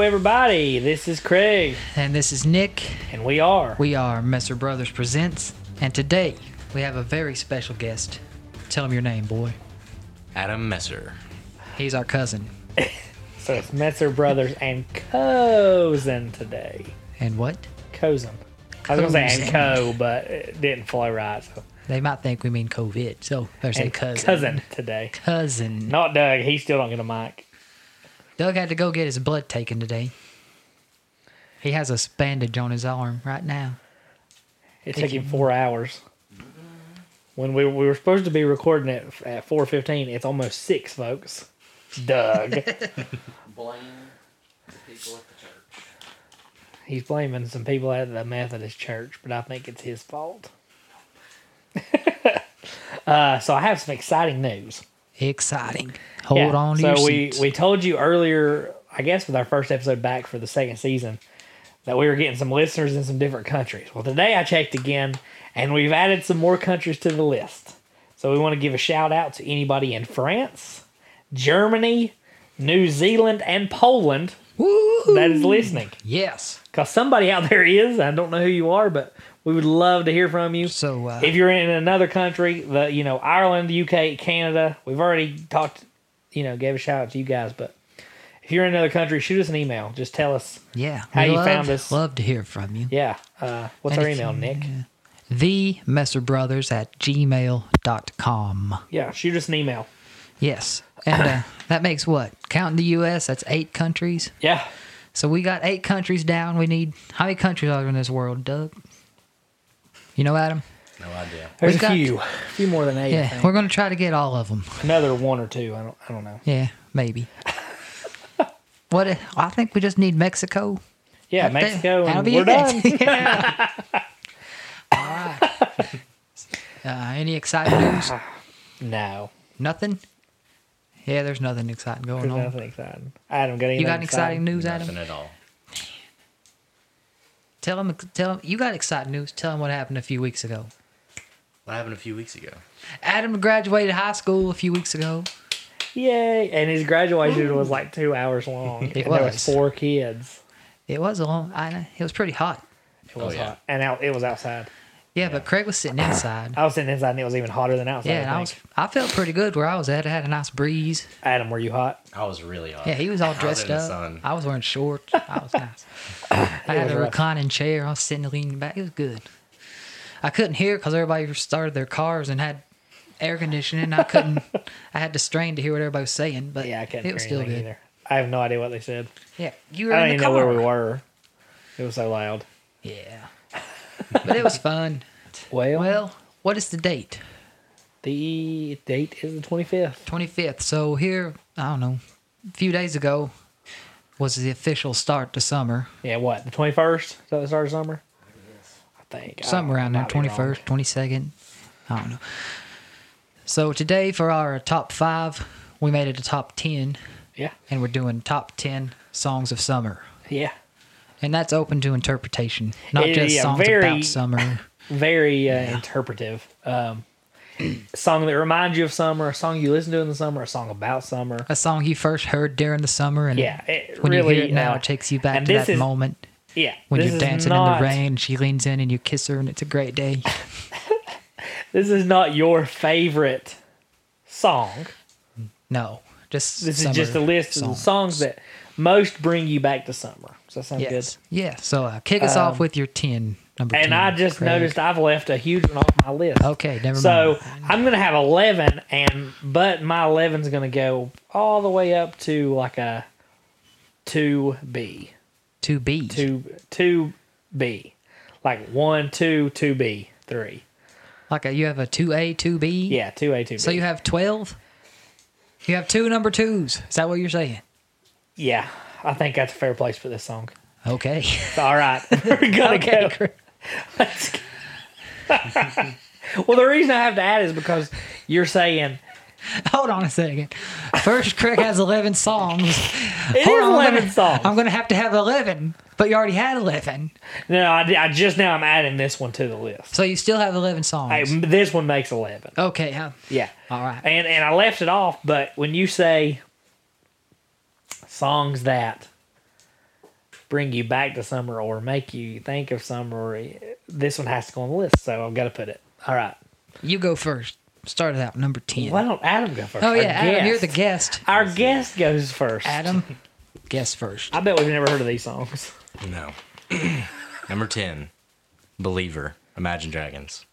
everybody. This is Craig, And this is Nick. and we are. We are Messer Brothers Presents, and today we have a very special guest. Tell him your name, boy. Adam Messer. He's our cousin. So it's Metzer Brothers and Cozen today. And what? Cozen. I was going to say and Cozen. co, but it didn't flow right. So. They might think we mean COVID, so there's a And cousin. cousin today. Cousin. Not Doug. He still don't get a mic. Doug had to go get his blood taken today. He has a bandage on his arm right now. It took him four hours. When we, we were supposed to be recording it f- at 4.15, it's almost 6, folks. Doug. Blame the people at the church. He's blaming some people at the Methodist church, but I think it's his fault. uh, so I have some exciting news. Exciting. Hold Yeah, on to So your we seats. we told you earlier, I guess, with our first episode back for the second season, that we were getting some listeners in some different countries. Well, today I checked again, and we've added some more countries to the list. So we want to give a shout out to anybody in France, Germany, New Zealand, and Poland Woo! that is listening. Yes. Because somebody out there is. I don't know who you are, but we would love to hear from you. So, uh, if you're in another country, the you know Ireland, UK, Canada, we've already talked, you know, gave a shout out to you guys. But if you're in another country, shoot us an email. Just tell us, yeah. how we you love, found us. Love to hear from you. yeah, uh, what's And our if email, you- Nick? The Messer Brothers at gmail.com. Yeah, shoot us an email. Yes. And uh, that makes what? Counting the U.S., that's eight countries. Yeah, So we got eight countries down. We need, how many countries are there in this world, Doug? You know, Adam? No idea. there's We've a got- few, a few more than eight. I Yeah. think. We're going to try to get all of them. another one or two. I don't, I don't know. Yeah, maybe. what? if- I think we just need Mexico. Yeah, That- Mexico, that'll and be we're done. it. Yeah. all right. Uh, any exciting news? no, Nothing? Yeah, there's nothing exciting going there's on. nothing exciting. Adam, got anything? You got any exciting news, Adam? Nothing at all. Tell him, tell him, you got exciting news. Tell him what happened a few weeks ago. What happened a few weeks ago? Adam graduated high school a few weeks ago. Yay! And his graduation was like two hours long. It and There was was. four kids. It was a long, I, it was pretty hot. It was Oh, yeah. hot, and out, it was outside. Yeah, but Craig was sitting inside. I was sitting inside, and it was even hotter than outside. yeah, and I I was, I felt pretty good where I was at. I had a nice breeze. think. Adam, were you hot? I was really hot. Yeah, he was all I dressed in the up. sun. I was wearing shorts. I was nice. I had was a rough. reclining chair. I was sitting leaning back. It was good. I couldn't hear because everybody started their cars and had air conditioning. I couldn't. I had to strain to hear what everybody was saying. But Yeah, I couldn't It was hear still anything good. either. I have no idea what they said. Yeah, you were I don't in even the know car. where we were. It was so loud. Yeah, but it was fun. Well, Well, what is the date? the date is the twenty fifth. 25th. So here, I don't know, a few days ago was the official start to summer. Yeah, what the twenty first? Is that the start of summer? I think I Something don't- around there, Oh, might be wrong. 21st, 22nd. I don't know. So today for our top five, we made it a top 10, Yeah, and we're doing top 10 songs of summer. yeah. And that's open to interpretation, not It- just yeah, songs very- about summer. Very uh, interpretive. Um, song that reminds you of summer, a song you listen to in the summer, a song about summer. A song you first heard during the summer, and Yeah, it when really you hear it now, uh, it takes you back and to this that is- moment Yeah, when this you're is dancing in not- the rain. She leans in and you kiss her, and it's a great day. This is not your favorite song. No, just This summer is just a list of the songs. songs that most bring you back to summer. Does that sound Yes, yeah. So uh, kick us off with your ten number. good? And 10, I just Craig. noticed I've left a huge one off my list. Okay, Oh, never So mind. I'm gonna have eleven, and but my eleven's gonna go all the way up to like a two B, Two B. two two B, like one two two B three. Like a, you have a two A, two B. Yeah, two A two B. So you have twelve. You have two number twos. Is that what you're saying? yeah, I think that's a fair place for this song. Okay. All right, we're gonna go. Well, the reason I have to add is because you're saying Hold on a second. First, Craig has eleven songs. it Hold is on, I'm 11 gonna- songs. I'm gonna have to have eleven, but you already had eleven, no, I, di- I just now I'm adding this one to the list. so you still have eleven songs. Hey, m- this one makes 11. okay. huh? Yeah. All right. And and I left it off, but when you say songs that bring you back to summer or make you think of summer, this one has to go on the list. So I've got to put it. All right. You go first. Start it out number ten. Why don't Adam go first? Oh Our yeah, Adam, you're the guest. guest. Our guest goes first. Adam, guess first. I bet we've never heard of these songs. No. Number 10, Believer, Imagine Dragons.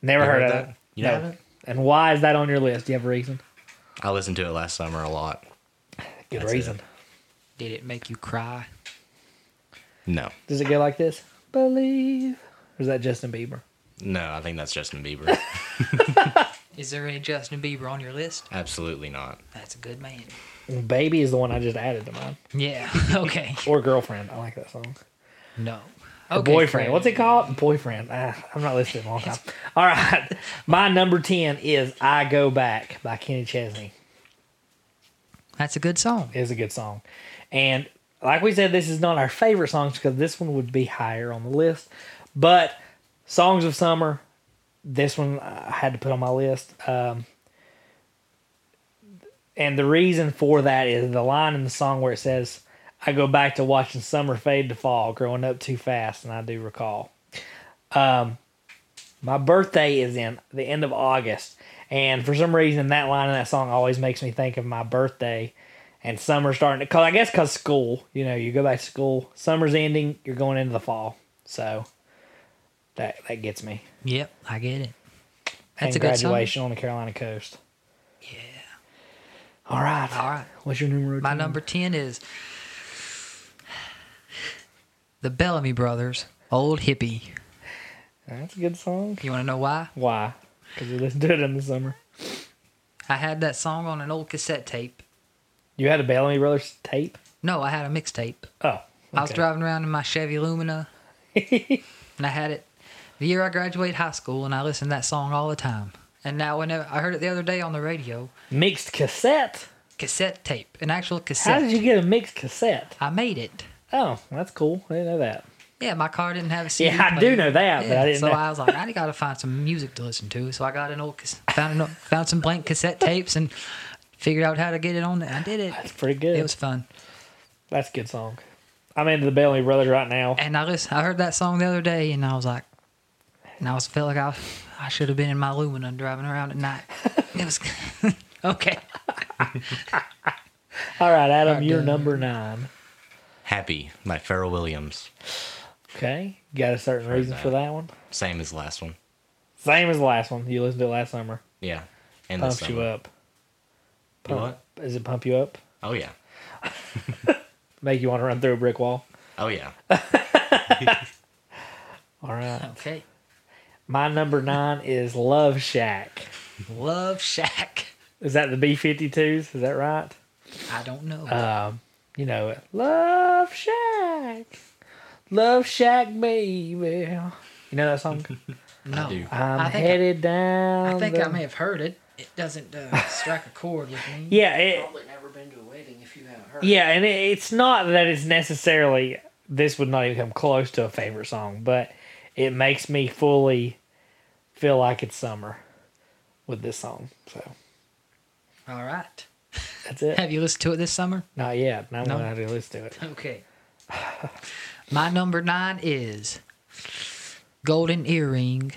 Never You heard, heard of that? it. You no. haven't? And why is that on your list? Do you have a reason? I listened to it last summer a lot. Good That's reason. Did it make you cry? No. Does it go like this? Believe. Or is that Justin Bieber? No, I think that's Justin Bieber. Is there any Justin Bieber on your list? Absolutely not. That's a good man. Baby is the one I just added to mine. Yeah. Okay. Or girlfriend. I like that song. No. Or boyfriend. What's it called? Boyfriend. Ah, I'm not listening a long time. All right. My number 10 is I Go Back by Kenny Chesney. That's a good song. is a good song. And like we said, this is not our favorite songs because this one would be higher on the list. But Songs of Summer, this one I had to put on my list. Um, and the reason for that is the line in the song where it says, I go back to watching summer fade to fall, growing up too fast, and I do recall. Um, My birthday is in the end of August. And for some reason, that line in that song always makes me think of my birthday and summer starting to, cause I guess because school, you know, you go back to school, summer's ending, you're going into the fall. So that that gets me. Yep, I get it. That's and a good song. graduation on the Carolina coast. Yeah. All right. All right. What's your number? My number 10 is The Bellamy Brothers, Old Hippie. That's a good song. You want to know why? Why? Because we listened to it in the summer. I had that song on an old cassette tape. You had a Bellamy Brothers tape? No, I had a mixtape. Oh. I was okay. driving around in my Chevy Lumina and I had it the year I graduated high school and I listened to that song all the time. And now whenever I heard it the other day on the radio, Mixed cassette? cassette tape, an actual How cassette. did you get a mixed cassette? I made it. Oh, that's cool. I didn't know that. Yeah, my car didn't have a CD. Yeah, I do player. know that, but I didn't so know. I was like, I got to find some music to listen to. So I got an old, cas- found an old, found some blank cassette tapes and figured out how to get it on. there. I did it. That's pretty good. It was fun. that's a good song. I'm into the Bellamy Brothers right now. And I listen, I heard that song the other day, and I was like, and I was felt like I, was- I should have been in my Lumina driving around at night. It was okay. All right, Adam, Alright, you're dude. number nine. Happy by Pharrell Williams. Okay, you got a certain reason for that. that one. Same as the last one. Same as the last one. You listened to it last summer. Yeah. And this Pumps summer. you up. You what? Is it pump you up? Oh, yeah. Make you want to run through a brick wall? Oh, yeah. All right. Okay. My number nine is Love Shack. Love Shack. Is that the B52s? Is that right? I don't know. um, you know, Love Shack, Love Shack, baby. You know that song? no. do. I'm I think I- headed down. I think Um, the- I may have heard it. It doesn't uh, strike a chord with me. Yeah, it, Probably never been to a wedding if you haven't heard. yeah, and it, it's not that it's necessarily. This would not even come close to a favorite song, but it makes me fully feel like it's summer with this song. So All right. that's it. Have you listened to it this summer? Not yet. Now No. no. I to listen to it. Okay. My number nine is Golden Earring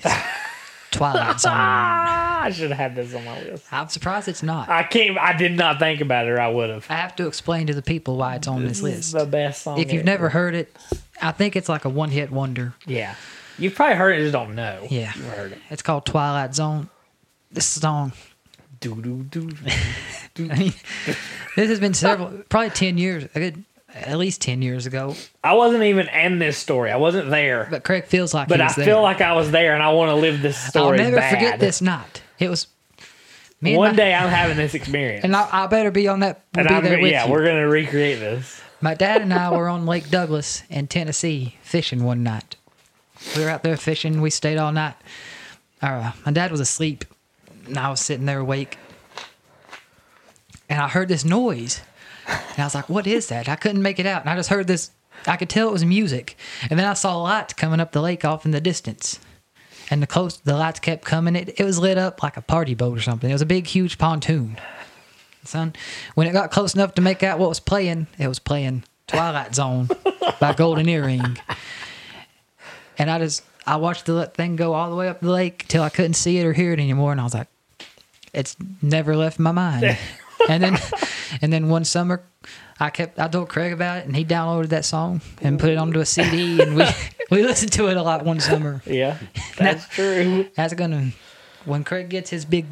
Twilight Zone. Ah, I should have had this on my list. I'm surprised it's not. I can't. I did not think about it. or I would have. I have to explain to the people why it's on this It's list. the best song. If you've ever. never heard it, I think it's like a one hit wonder. Yeah. You've probably heard it, just don't know. Yeah. You heard it. It's called Twilight Zone. This song. Do, do, do. I mean, this has been several, probably 10 years, a good, at least 10 years ago. I wasn't even in this story. I wasn't there. But, But Craig feels like he I was there. feel like I was there and I want to live this I'll story. never bad. forget this night. It was me and One my- day I'm having this experience. And I, I better be on that. And be I'm, there with yeah, you. we're going to recreate this. My dad and I were on Lake Douglas in Tennessee fishing one night. We were out there fishing. We stayed all night. Uh, my dad was asleep, and I was sitting there awake. And I heard this noise, and I was like, "What is that?" I couldn't make it out, and I just heard this. I could tell it was music, and then I saw lights coming up the lake off in the distance. And the close, the lights kept coming. It, it was lit up like a party boat or something. It was a big, huge pontoon son. When it got close enough to make out what was playing, it was playing Twilight Zone by Golden Earring. And I just I watched the thing go all the way up the lake till I couldn't see it or hear it anymore, and I was like, it's never left my mind. and then and then one summer I kept I told Craig about it and he downloaded that song and put it onto a CD and we we listened to it a lot one summer. Yeah, that's true. That's gonna when Craig gets his big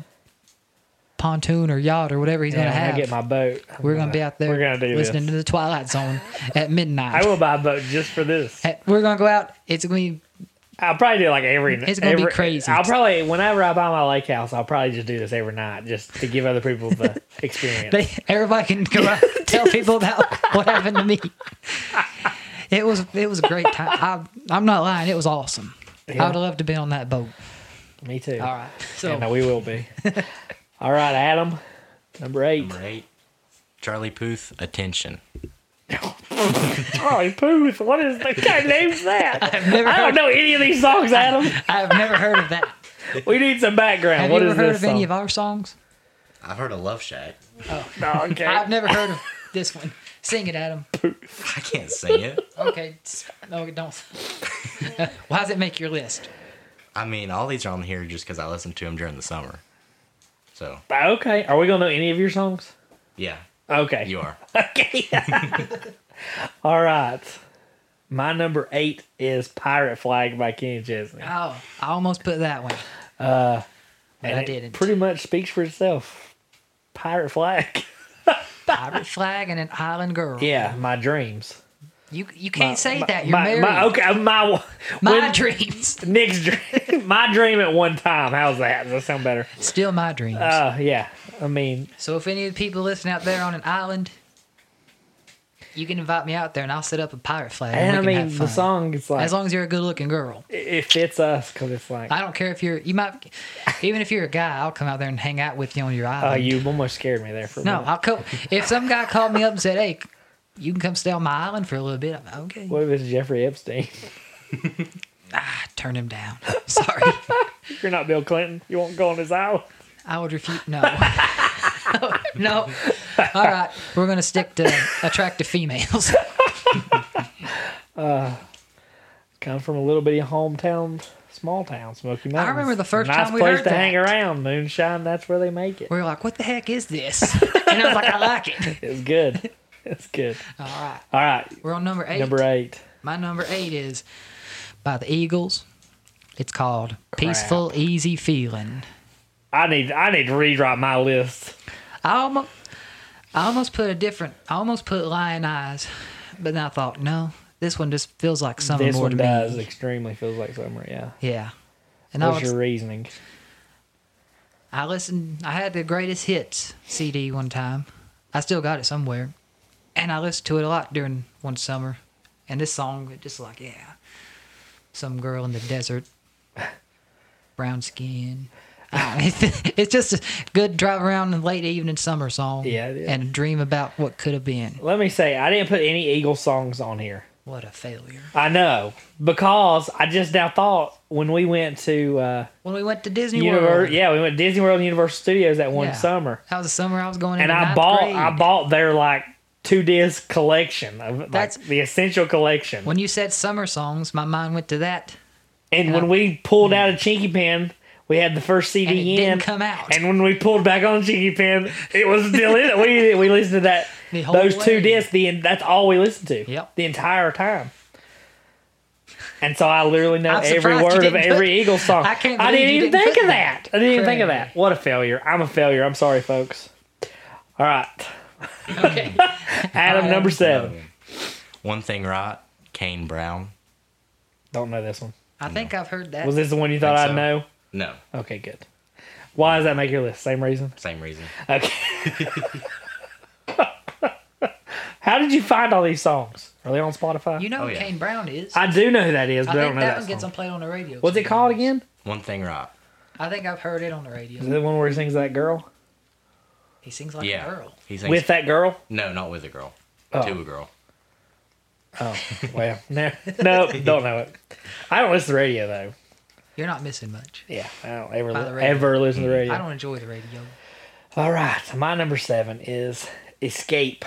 pontoon or yacht or whatever he's Yeah, gonna when have. I get my boat. we're gonna be out there We're gonna do listening this. to the Twilight Zone at midnight. I will buy a boat just for this. At- we're gonna go out. It's gonna be I'll probably do it like every. It's gonna be every- crazy. I'll probably whenever I buy my lake house, I'll probably just do this every night just to give other people the experience. they, everybody can go out and tell people about what happened to me. It was it was a great time. I, I'm not lying. It was awesome. Yeah. I would have loved to be on that boat. Me too. All right. So Yeah, no, we will be. All right, Adam, number eight. Number eight, Charlie Puth, attention. Charlie Puth. Oh, What is the guy name's that? I've never I don't heard, know any of these songs, Adam. I've never heard of that. We need some background. Have What you is ever heard of this any of song? our songs? I've heard of Love Shack. No, okay. I've never heard of this one. Sing it, Adam. I can't sing it. Okay. s- No, don't. Why does it make your list? I mean, all these are on here just because I listened to them during the summer. So, Okay. Are we gonna know any of your songs? yeah, Okay. you are. Okay. All right. My number eight is Pirate Flag by Kenny Chesney. Oh, I almost put that one. Uh, but And I it didn't. Pretty much speaks for itself. Pirate Flag. Pirate flag and an island girl. Yeah, my dreams. You you can't say My- that. You're my, married. My, My, okay, my when- dreams. Nick's dream. my dream at one time. How's that? Does that sound better? Still my dreams. Uh, yeah. I mean, so if any of the people listening out there on an island, you can invite me out there and I'll set up a pirate flag. and I we can mean have the fun. song. It's like As long as you're a good looking girl. it- it fits us because it's like. I don't care if you're, you might, even if you're a guy, I'll come out there and hang out with you on your Oh, island. you almost scared me there for a No, minute. I'll come. If some guy called me up and said, "Hey, you can come stay on my island for a little bit," I'm like, okay. What if it's Jeffrey Epstein? Ah, turn him down. Sorry, You're not Bill Clinton. You won't go on his island. I would refute. No, no. All right, we're gonna stick to attractive females. Come from a little bitty hometown, small town, Smoky Mountains. remember the first nice time we place heard to hang that. around. Moonshine. That's where they make it. We're like, "What the heck is this?" And I was like, "I like it." It's good. It's good. All right, All right, we're on number eight. number eight. My number eight is by the Eagles. It's called "Peaceful Easy Feeling." I need I need to redrop my list. I almost, I almost put a different. I almost put lion eyes, but then I thought, no, this one just feels like something This more one to does me. extremely feels like summer. Yeah. Yeah, and I, What's was, your reasoning? I listened. I had the greatest hits CD one time. I still got it somewhere, and I listened to it a lot during one summer. And this song, it just like yeah, some girl in the desert, brown skin. I don't know. it's just a good drive around in late evening summer song. Yeah, it is. and dream about what could have been. Let me say I didn't put any Eagle songs on here. What a failure. I know because I just now thought when we went to uh, when we went to Disney Univer- World. yeah we went to Disney World and Universal Studios that one Yeah. summer, That was the summer I was going and in. the I ninth bought grade. I bought their like two disc collection of like, That's- the essential collection. When you said summer songs, my mind went to that. and when I- Mm. we pulled out of Chinky Pen, we had the first CD And it in. didn't come out. E And when we pulled back on Chinky Pen, it was still in it. We we listened to that The whole those two way. discs. The en- that's all we listened to. Yep. The entire time. And so I literally know I'm every surprised you word of didn't every put- Eagle song. I can't believe didn't you even didn't think put of that. that. I didn't even think of Craig. that. What a failure! I'm a failure. I'm sorry, folks. All right, Okay. Adam Adam. number seven. One Thing Right, Kane Brown. Don't know this one. I think I've heard that. Was this the one you thought I'd so. know? No, Okay, good. Why does that make your list? Same reason. same reason. Okay. How did you find all these songs? Are they on Spotify? you know Oh, who yeah. Kane Brown is. I do know who that is, I but I, think don't know that that, one gets song. on played on the radio. What's it called again? One Thing Right. I think I've heard it on the Is it radio. the one where he sings that girl? He sings like Yeah. a girl. He sings, With that girl? no, not with a girl. Oh. To a girl. Oh, well, no, no, don't know it. I don't listen to the radio though. You're not missing much. Yeah, I don't ever By the radio. Mm-hmm. ever listen to the radio. I don't enjoy the radio. All right, so my number seven is "Escape,"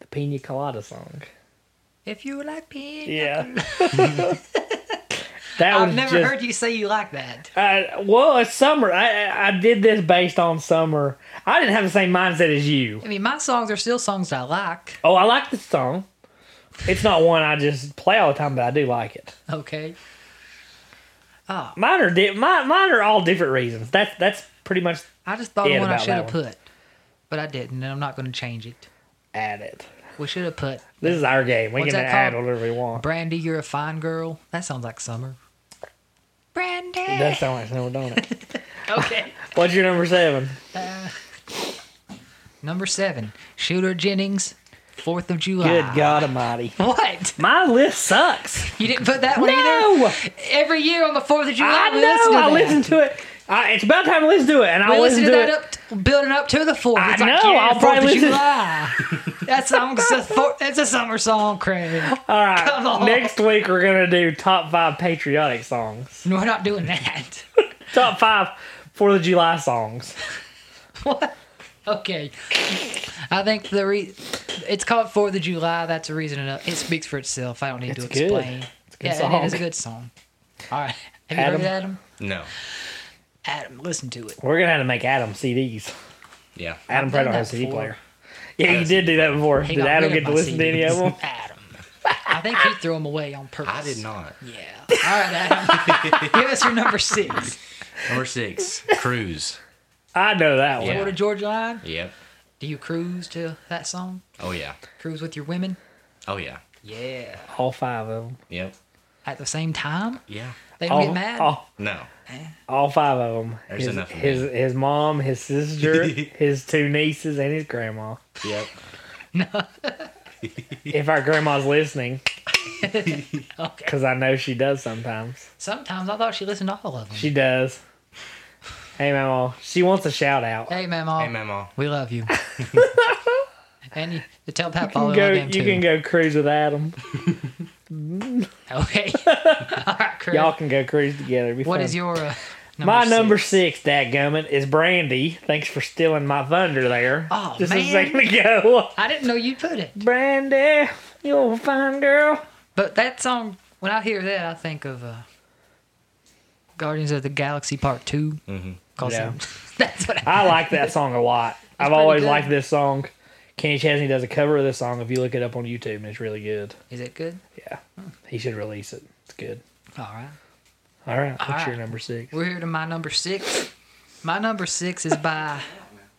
the Pina Colada song. If you like pina, Yeah. that I've was never just, heard you say you like that. I, Uh, well, it's summer. I I- I did this based on summer. I didn't have the same mindset as you. I mean, my songs are still songs I like. Oh, I like this song. It's not one I just play all the time, but I do like it. Okay. Oh, Mine are di- mine, mine are all different reasons. That's that's pretty much I just thought of Yeah, one I about should have that put, but I didn't, and I'm not going to change it. at it. We should have put This is our game. We What's can that add called? whatever we want. Brandy, you're a fine girl. That sounds like summer. Brandy. That sounds like summer, don't it? okay. What's your number seven? Uh, Number seven, Shooter Jennings, Fourth of July. Good God Almighty! What? My list sucks. You didn't put that one No! either? Every year on the Fourth of July, I we know. I listen listen to that. to it. I, it's about time I listen to it, and We I'll listen to, that it. up, t- building up to the Fourth. I It's like, know, yeah, I'll probably Fourth of listen- July. that song's a, four, it's a summer song, Craig. All right. Come on. Next week we're gonna do top five patriotic songs. We're not doing that. Top five Fourth of July songs. What? Okay. I think the re- it's called Fourth of July. That's a reason enough. It speaks for itself. I don't need to It's good. explain. It's a good yeah, it is a song. good song. All right. Have you heard of Adam? No. Adam, listen to it. We're gonna have to make Adam CDs. Yeah. Adam probably done don't have a that CD before. player. Yeah, you did do that before. He Did got Adam rid get of to my listen to any of CDs. them? Adam. I think he threw them away on purpose. I did not. Yeah. All right, Adam. Give us your number six. Number six, cruise. I know that one. Yeah. Florida Georgia Line. Yep. Do you cruise to that song? Oh yeah. Cruise with your women? Oh yeah. Yeah. All five of them. Yep. At the same time? Yeah. They don't All, get mad? all, No. all five of them. There's his, enough of his, his mom, his sister, his two nieces, and his grandma. Yep. If our grandma's listening, because I know she does sometimes. Sometimes I thought she listened to all of them. She does. Hey, Mama. She wants a shout out. hey, Mama. Um, Hey, Memo. We love you. and you, you tell You Pat Paul can go, I love him you too. can go cruise with Adam. Okay. all right, Chris. Y'all can go cruise together. It'd Be what fun. is your uh, number My number six? six, dadgummit, is Brandy. Thanks for stealing my thunder there. Oh, just man. a second ago. I didn't know you put it. Brandy, you old fine girl. But that song, when I hear that, I think of uh, Guardians of the Galaxy Part 2. Mm-hmm. Yeah. that's what I, I like that song a lot. I've pretty always good. liked this song. Kenny Chesney does a cover of this song if you look it up on YouTube, and it's really good. Is it good? Yeah, he should release it. It's good. All right. All right, what's right. your number six? We're here to my number six. My number six is by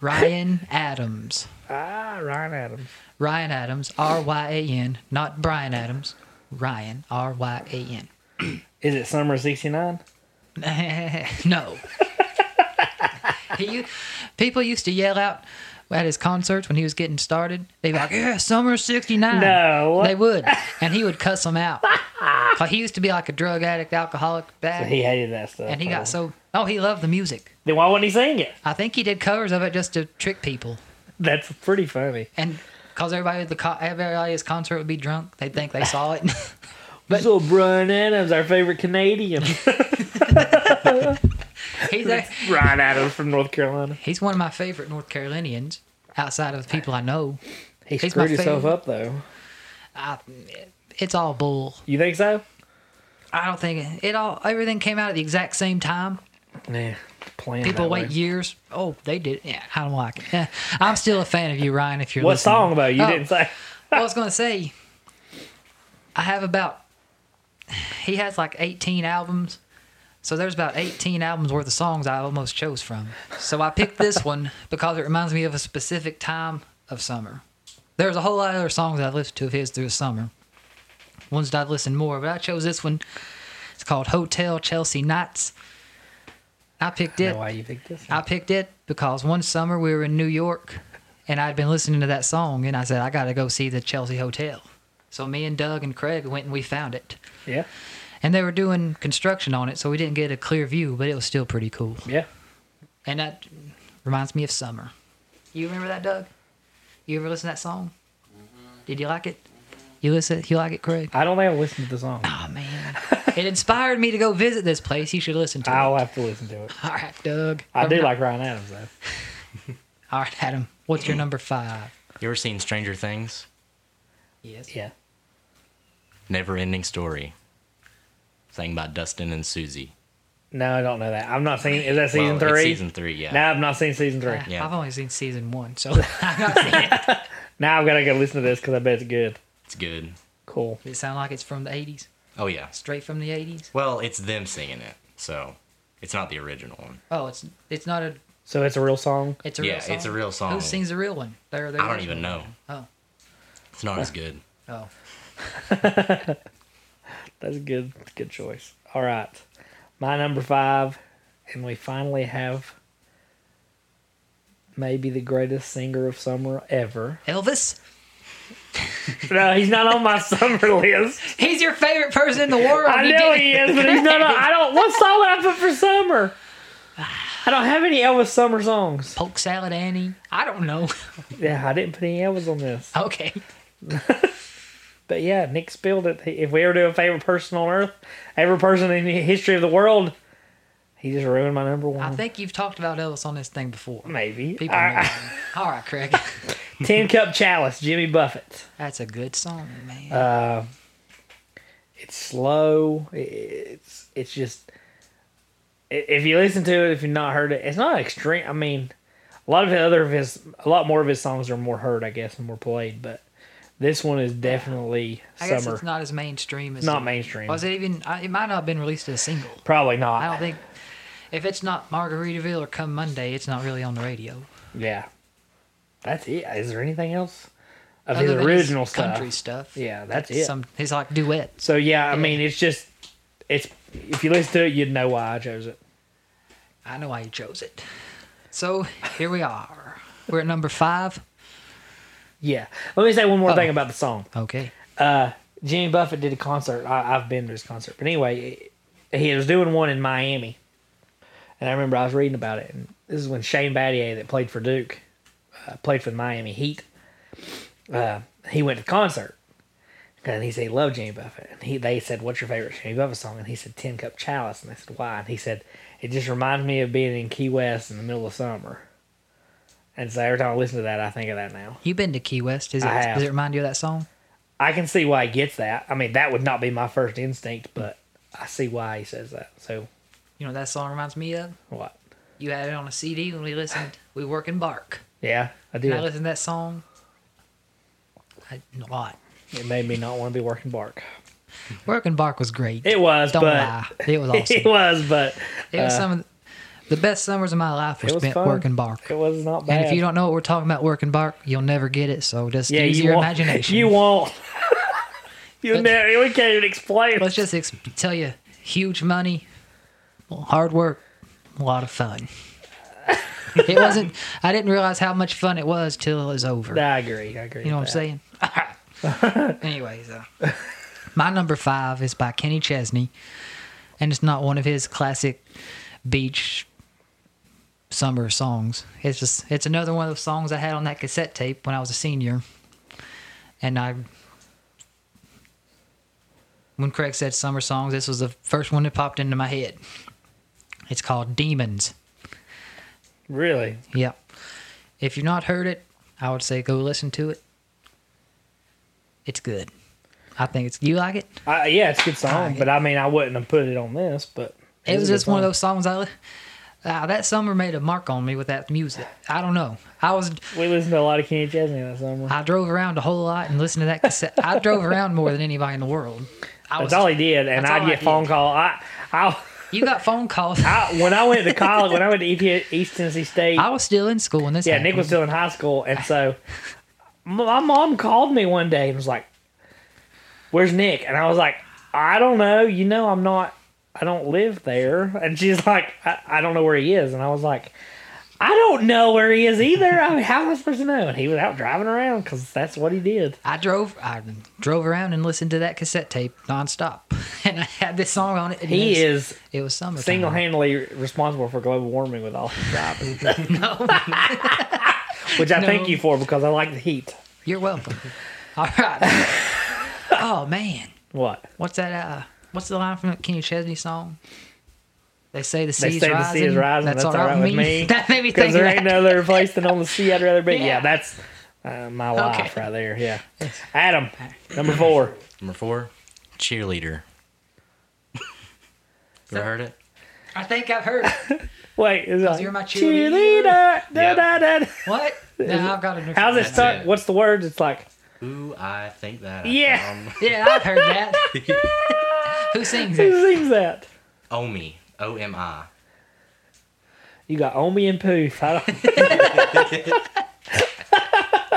Ryan Adams. Ah, Ryan Adams. Ryan Adams, R Y A N, not Brian Adams. Ryan, R Y A Is it Summer of '69? N. no. he, u- people used to yell out at his concerts when he was getting started. They'd be like, yeah, summer of 69. No. They would. And he would cuss them out. Like, he used to be like a drug addict, alcoholic, bad. He hated that stuff. and he got probably. so. Oh, he loved the music. Then why wouldn't he sing it? I think he did covers of it just to trick people. That's pretty funny. And because everybody at the co- everybody at his concert would be drunk, they'd think they saw it. But so Brian Adams, our favorite Canadian. he's, a- Brian Adams from North Carolina. he's one of my favorite North Carolinians outside of the people I know. He He's my screwed himself favorite. up though. I, it's all bull. You think so? I don't think it, it all everything came out at the exact same time. Yeah. Plan People that way. wait years. Oh, they did. Yeah, I don't like it. Eh, I'm still a fan of you, Ryan. If you're What listening. song though? You Oh. didn't say. I was gonna say, I have about. He has like 18 albums, so there's about 18 albums worth of songs I almost chose from. So I picked this one because it reminds me of a specific time of summer. There's a whole lot of other songs I've listened to of his through the summer. Ones that I've listened more, but I chose this one. It's called Hotel Chelsea Nights. I picked I it. know why you picked this? I picked it because one summer we were in New York and I'd been listening to that song and I said, I got to go see the Chelsea Hotel. So me and Doug and Craig went and we found it. Yeah. And they were doing construction on it, so we didn't get a clear view, but it was still pretty cool. Yeah. And that reminds me of summer. You remember that, Doug? You ever listen to that song? Did you like it? You listen? You like it, Craig? I don't think I listened to the song. Oh man, it inspired me to go visit this place. You should listen to it. I'll have to listen to it. All right, Doug. I do like Ryan Adams though. All right, Adam. What's your number five? You ever seen Stranger Things? Yes. Yeah. Never Ending Story. Sang by Dustin and Susie. No, I don't know that. I've not seen. Is that season Well, it's three? season three, yeah. Now I've not seen season three. Ah, Yeah. I've only seen season one, so I've not seen it. Now I've got to go listen to this because I bet it's good. It's good. Cool. Does it sound like it's from the 80s? Oh, yeah. Straight from the 80s? Well, it's them singing it, so it's not the original one. Oh, it's it's not a So it's a real song. it's a yeah, real song. it's a real song. Who sings the real one? They're, I don't even know. Oh, It's not as good. oh, That's a good, good choice. All right, my number five, and we finally have maybe the greatest singer of summer ever. Elvis. No, he's not on my summer list. He's your favorite person in the world. I You know did it. he is, but he's not. On, I don't. What song would I put for summer? I don't have any Elvis summer songs. Poke salad Annie. I don't know. Yeah, I didn't put any Elvis on this. okay. But yeah, Nick spilled it. If we ever do a favorite person on earth, every person in the history of the world, he just ruined my number one. I think you've talked about Elvis on this thing before. Maybe. People All know. right. All right, Craig. Ten Cup Chalice, Jimmy Buffett. That's a good song, man. Uh, It's slow. It's it's just i- if you listen to it, if you've not heard it, it's not extreme. I mean, a lot of the other of his, a lot more of his songs are more heard, I guess, and more played. But this one is definitely I guess summer. it's not as mainstream as Not mainstream. Was it even? I, it might not have been released as a single. Probably not. I don't think. If it's not Margaritaville or Come Monday, it's not really on the radio. yeah, that's it. Is there anything else of Other his than his original stuff? country stuff. Yeah, that's it. Some his like duets. So yeah, I mean, it's just it's if you listen to it, you'd know why I chose it. I know why you chose it. So here we are. We're at number five. Yeah. Let me say one more Oh. thing about the song. Okay. Jimmy Buffett did a concert. I, I've been to his concert, but anyway, he was doing one in Miami, and I remember I was reading about it. And this is when Shane Battier, that played for Duke, uh, played for the Miami Heat. Uh, he went to the concert, and he said he loved Jimmy Buffett. And he they said, "What's your favorite Jimmy Buffett song?" And he said, Ten Cup Chalice." And they said, "Why?" And he said, "It just reminds me of being in Key West in the middle of summer." And so every time I listen to that, I think of that now. You've been to Key West. Is it, I have. does it remind you of that song? I can see why he gets that. I mean, that would not be my first instinct, but I see why he says that. So You know what that song reminds me of? what? You had it on a CD when we listened. We work in Bark. Yeah, I And did. I listened to that song I, a lot. it made me not want to be working bark. Work in Bark was great. It was, Don't but lie. It was awesome. it was, but It was some of the, the best summers of my life were it was spent fun. working bark. It was not bad. And if you don't know what we're talking about working bark, you'll never get it. So just use your won't- imagination. You won't. you Let's- never. We can't even explain. Let's just ex- tell you, huge money, hard work, a lot of fun. it wasn't. I didn't realize how much fun it was till it was over. Nah, I agree. I agree. you know what I'm with saying? Anyways, uh, my number five is by Kenny Chesney, and it's not one of his classic beach summer songs. It's just it's another one of those songs I had on that cassette tape when I was a senior, and I. When Craig said summer songs, this was the first one that popped into my head. It's called Demons. that. Really? Yeah. If you've not heard it, I would say go listen to it. It's good. I think it's you like it. I, yeah, it's a good song, Alright. but I mean, I wouldn't have put it on this. But It it's was a good just one of song. those songs I. li- Uh, that summer made a mark on me with that music. I don't know. I was We listened to a lot of Kenny Chesney that summer. I drove around a whole lot and listened to that cassette. I drove around more than anybody in the world. I was. that's all he did, and that's all I'd I get did. phone call. I, I. You got phone calls. I, I, when I went to college, when I went to ET East Tennessee State, was still in school when this. yeah, Nick happened. was still in high school, and so m- my mom called me one day and was like, "Where's Nick?" And I was like, "I don't know. You know, I'm not. I don't live there." And she's like, "I, I don't know where he is," and I was like. I don't know where he is either. I mean, how am I supposed to know? And he was out driving around because that's what he did. I drove. I drove around and listened to that cassette tape nonstop, and I had this song on it. and He it was, is It was summer. single handedly responsible for global warming with all his driving, No. which I thank No. you for because I like the heat. You're welcome. All right. oh man, What? what's that? Uh, what's the line from that Kenny Chesney song? They say the sea, They is, say the rising. sea is rising. That's, all right with me. that made me Because think. of there ain't that. no other place than on the sea I'd rather be. Yeah, Yeah. that's Uh, my wife Okay. right there. Yeah. Adam, number four. Number four, cheerleader. you ever heard it? I think I've heard. it. Wait, is it like, you're my cheerleader? Da, da, da, da. What? No, I've got a different How's it one. start? it. What's the words? It's like Ooh, I think that. I Yeah. found- Yeah, I've heard that. Who sings it? who sings that? Omi. O M I. You got Omi and Poof. I don't...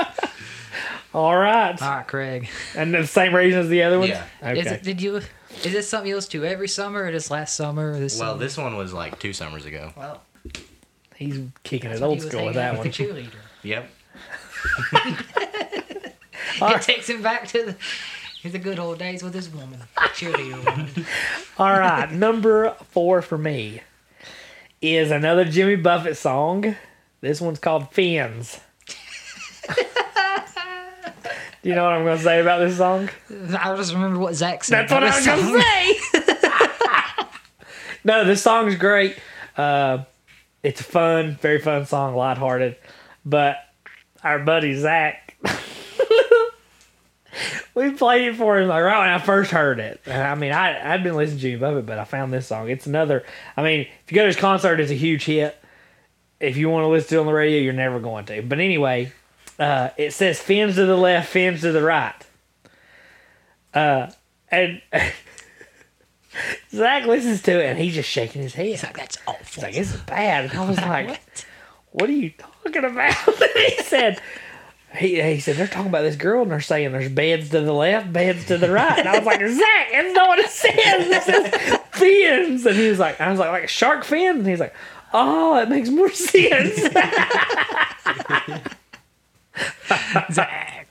All right, All right, Craig. and the same reason as the other ones. Yeah. Okay. Uh, Is it? Did you? Is this something you listen to every summer, or just last summer, or this? Well, summer? this one was like two summers ago. well, He's kicking it he old was school with that hanging out one. The cheerleader. Yep. It takes him back to the, the good old days with his woman, the cheerleader woman. All right, number four for me is another Jimmy Buffett song. This one's called Fins. Do you know what I'm going to say about this song? I just remember what Zach said. That's what I was going to say. no, this song's great. Uh, it's a fun, very fun song, lighthearted. But our buddy Zach, we played it for him like right when I first heard it. And I mean, I I'd been listening to Jimmy Buffett, but I found this song. It's another. I mean, if you go to his concert, it's a huge hit. If you want to listen to it on the radio, you're never going to. But anyway, uh, it says fins to the left, fins to the right. And Zach listens to it and he's just shaking his head. He's He's like, that's awful. like, this is bad. And I was like, what? what? are you talking about? And he said, he, he said, they're talking about this girl and they're saying there's beds to the left, beds to the right. And I was like, Zach, that's not what it says. It says fins. And he was like, I was like, like a shark fin. And he's like, oh, that makes more sense. Zach.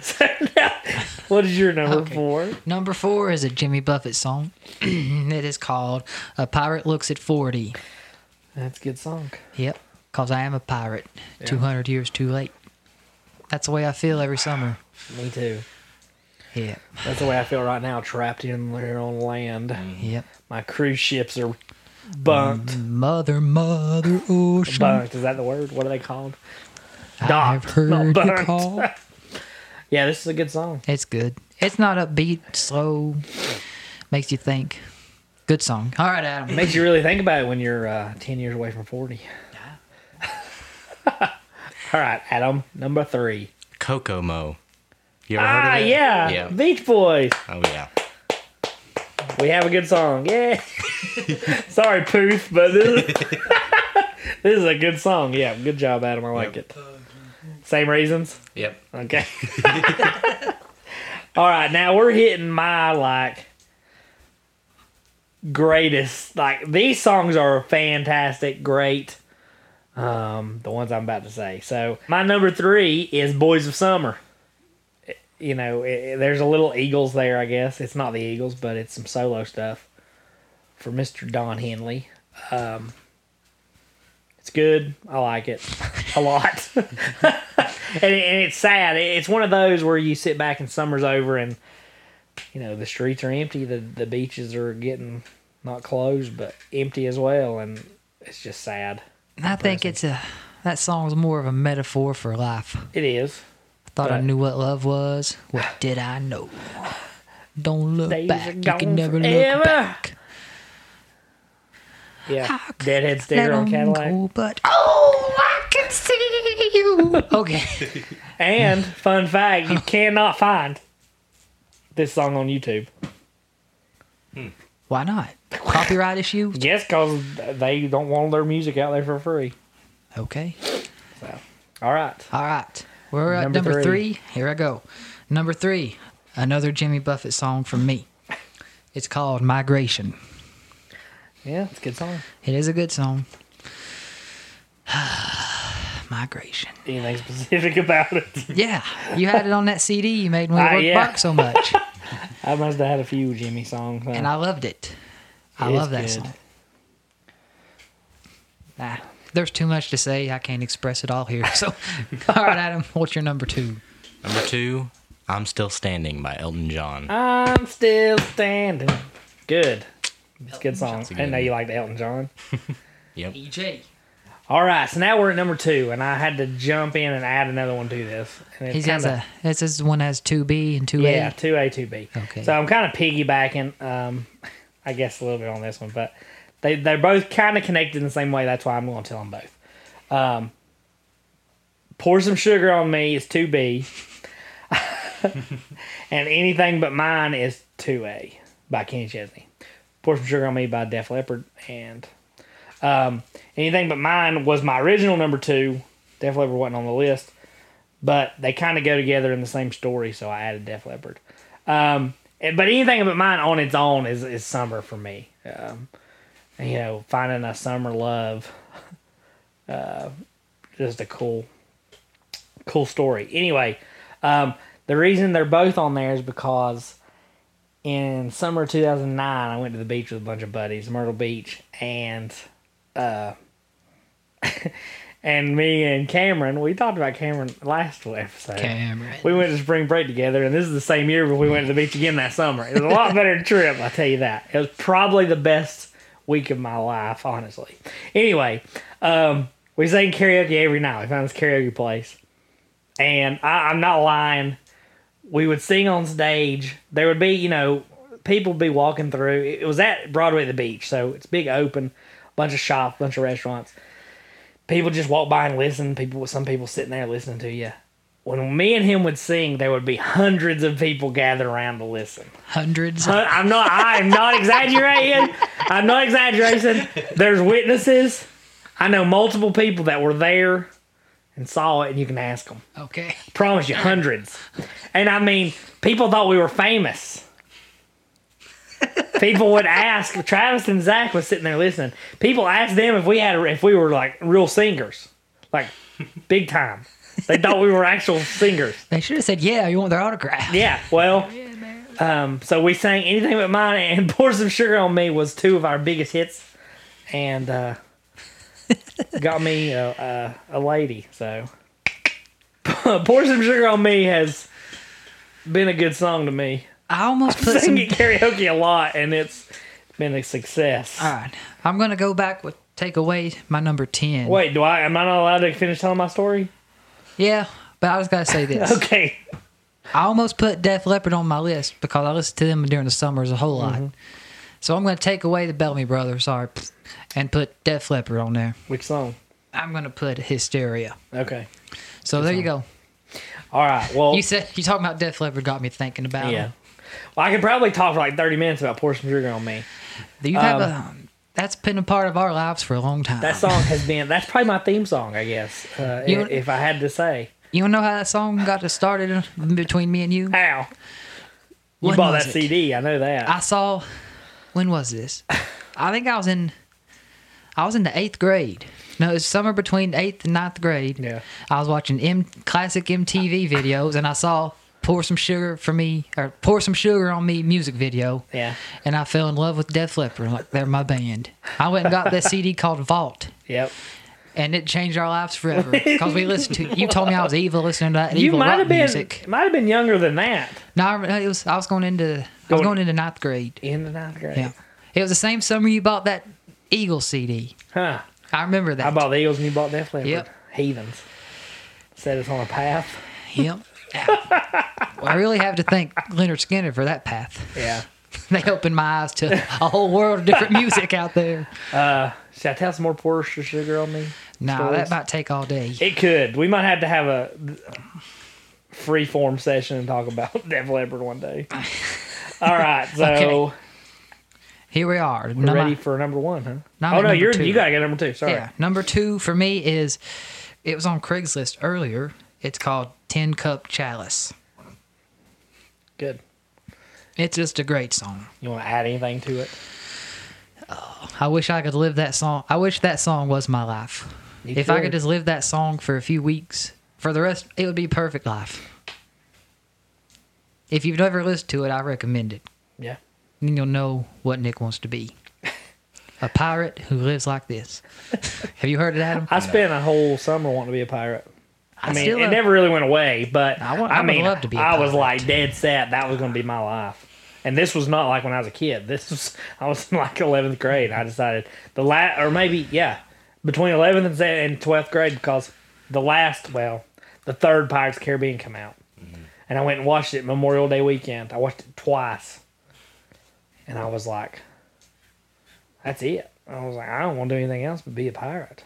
so now, what is your number Okay. four? Number four is a Jimmy Buffett song. it is called "A Pirate Looks at 40." That's a good song. Yep, cause I am a pirate. 200 years too late. That's the way I feel every summer. Me too. Yeah. That's the way I feel right now, trapped in here on land. Yep. My cruise ships are bunked. Mother, mother ocean. Bunked. Is that the word? What are they called? I have docked, not heard you burnt. call. Yeah, this is a good song. It's good. It's not upbeat, slow. Makes you think. Good song. All right, Adam. Makes you really think about it when you're uh, 10 years away from 40. All right, Adam, number three. Kokomo. You ever Ah, heard of it? yeah. Yeah. Beach Boys. Oh, yeah. We have a good song. Yeah. Sorry, Poof, but this is, this is a good song. Yeah, good job, Adam. I like it. Same reasons? Yep. Okay. All right, now we're hitting my like greatest. Like these songs are fantastic, great. Um, the ones I'm about to say. So my number three is "Boys of Summer." It- You know, it, it- there's a little Eagles there. I guess it's not the Eagles, but it's some solo stuff for Mr. Don Henley. Um, it's good. I like it a lot. and, it, and it's sad. It- It's one of those where you sit back and summer's over, and you know the streets are empty. The the beaches are getting not closed, but empty as well, and it's just sad. I think it's a that song's more of a metaphor for life. It is. I thought I Right. knew what love was. What did I know? Don't look Days are back. You gone can never forever. look back. Yeah. could Deadhead stare on Let 'em Cadillac, go, but oh, I can see you. Okay. and fun fact: you cannot find this song on YouTube. Why not? Copyright issue. Yes, because they don't want their music out there for free. Okay. All right. All right. We're at Number number, three. three. Here I go. Number three, another Jimmy Buffett song from me. It's called Migration. Yeah, it's a good song. It is a good song. Migration. Anything specific about it? Yeah, you had it on that CD you made when Ah, we worked yeah. bark so much, I must have had a few Jimmy songs. huh? and I loved it. I It is love that good. song. Nah, there's too much to say. I can't express it all here. So, all right, Adam, what's your number two? Number two, I'm Still Standing by Elton John. I'm still standing. Good. It's a good song. John's a I didn't good know you one. liked Elton John. Yep. EJ. All right, so now we're at number two, and I had to jump in and add another one to this. And it's He has kinda- a. This is one that has two B and two yeah, A. two A, two B. Okay. So I'm kind of piggybacking, um, I guess a little bit on this one, but they they're both kind of connected in the same way. That's why I'm going to tell them both. Um, pour some sugar on me is two B, and anything but mine is two A by Kenny Chesney. Pour some sugar on me by Def Leppard, and um, anything but mine was my original number two. Def Leppard wasn't on the list but they kind of go together in the same story, so I added Def Leppard. Um, and- but anything about mine on its own is, is summer for me. Um, you know, finding a summer love, uh, just a cool, cool story. Anyway, um, the reason they're both on there is because in summer 2009, I went to the beach with a bunch of buddies, Myrtle Beach, and uh, and me and Cameron. We talked about Cameron last episode. Cameron. We went to spring break together, and this is the same year where we went to the beach again that summer. It was a lot better trip, I tell you that. It was probably the best week of my life, honestly. Anyway, um, we sang karaoke every night. We found this karaoke place, and I, I'm not lying. We would sing on stage. There would be, you know, people would be walking through. It it was at Broadway at the beach, so it's big, open, bunch of shops, bunch of restaurants people just walk by and listen. People, some people sitting there listening to you. When me and him would sing, there would be hundreds of people gathered around to listen. Hundreds. Hun- I'm not. I'm not exaggerating. I'm not exaggerating. There's witnesses. I know multiple people that were there and saw it, and you can ask them. Okay. Promise you, hundreds. And I mean, people thought we were famous. People would ask Travis and Zach was sitting there listening. People asked them if we had if we were like real singers, like big time. They thought we were actual singers. They should have said, "Yeah, you want their autograph." Yeah. Well, um, so we sang anything but mine, and pour some sugar on me was two of our biggest hits, and uh, got me a, a, a lady. So pour some sugar on me has been a good song to me. I almost put Sing some. it karaoke a lot, and it's been a success. All right. I'm gonna go back with take away my number ten. Wait, do I? Am I not allowed to finish telling my story? Yeah, but I was gotta say this. Okay. I almost put Def Leppard on my list because I listened to them during the summers a whole lot. Mm-hmm. So I'm gonna take away the Bellamy Brothers, sorry, and put Def Leppard on there. Which song? I'm gonna put Hysteria. Okay. So there you go. All right. Well, You said you talking about Def Leppard got me thinking about. Oh. yeah. Yeah. Well, I could probably talk for like thirty minutes about pour some sugar on me. You have a. That's been a part of our lives for a long time. Um, That song has been that's probably my theme song, I guess. Uh, You- if, if I had to say, You don't know how that song got started between me and you? ow, you When bought was that it? CD, I know that. I saw. When was this? I think I was in. I was in the eighth grade. No, it was somewhere between eighth and ninth grade. Yeah. I was watching M classic MTV videos, and I saw "Pour Some Sugar for Me" or "Pour Some Sugar on Me" music video. Yeah. And I fell in love with Def Leppard. Like they're my band. I went and got this CD called Vault, yep, and it changed our lives forever because we listened to. You told me I was evil listening to that you evil might rock have been music. might have been younger than that No, I remember- it was. I was going into. I was Going- going into ninth grade. in the ninth grade. Yeah. It was the same summer you bought that Eagle CD. Huh? I remember that. I bought the Eagles and you bought Def Leppard. Yep. Heathens set us on a path. Yep. Yeah. Well, I really have to thank Leonard Skinner for that path. Yeah. They opened my eyes to a whole world of different music out there. Should I tell some more pour some sugar on me? No, Stories? that might take all day. It could. We might have to have a free form session and talk about Def Leppard one day. All right, so. Okay. Here we are. We're Num- ready for number one, huh? No, I'm oh no, at number you're two. you gotta get number two. Sorry. yeah. Number two for me is it was on Craigslist earlier. It's called Ten Cup Chalice. Good. It's just a great song. You want to add anything to it? I wish I could live that song. I wish that song was my life. You if I could just live that song for a few weeks, for the rest, it would be perfect life. If you've never listened to it, I recommend it. yeah. Then you'll know what Nick wants to be. A pirate who lives like this. Have you heard of Adam? I spent a whole summer wanting to be a pirate. I, mean, still it have- never really went away, but I I, want- I would mean, love to be a I was pirate. like dead set that was going to be my life. And this was not like when I was a kid. This was I was in like 11th grade. I decided the last, or maybe yeah, between 11th and se- and 12th grade because the last, well, the third Pirates of the Caribbean come out. Mm-hmm. And I went and watched it Memorial Day weekend. I watched it twice. And I was like, that's it. I was like, I don't want to do anything else but be a pirate.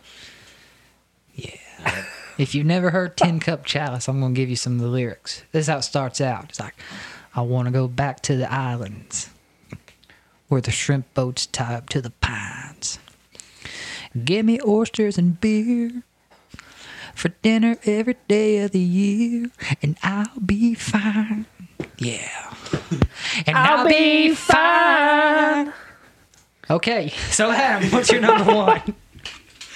If you've never heard Tin Cup Chalice, I'm going to give you some of the lyrics. This is how it starts out. It's like, I want to go back to the islands where the shrimp boats tie up to the pines. Give me oysters and beer for dinner every day of the year, and I'll be fine. Yeah. And I'll, be, fine. Okay, so Adam, what's your number one?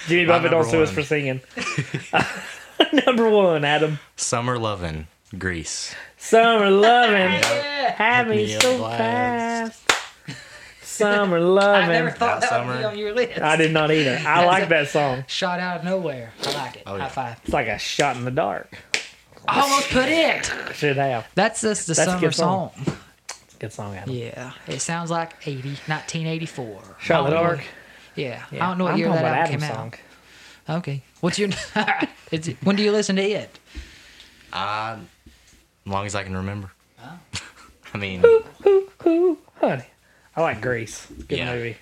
Jimmy My Buffett don't number sue us one. for singing. number one, Adam. Summer lovin', Grease. Summer loving. Have me me up so last. fast. Summer loving. I, thought that would be on your list. did not either. I like that song. Shot out of nowhere. I like it. Oh, yeah. High five. It's like a shot in the dark. Almost put it. Should have. That's just the That's a summer good song. song. Good song, Adam. Yeah. It sounds like 80, 1984. Shot in the I don't know- dark. Yeah. I don't know what I'm year talking that about album Adam's came song. out. Okay. What's your. Is it- when do you listen to it? I, as long as I can remember. I mean, Ooh, ooh, honey. I like Grease. Good Yeah. movie.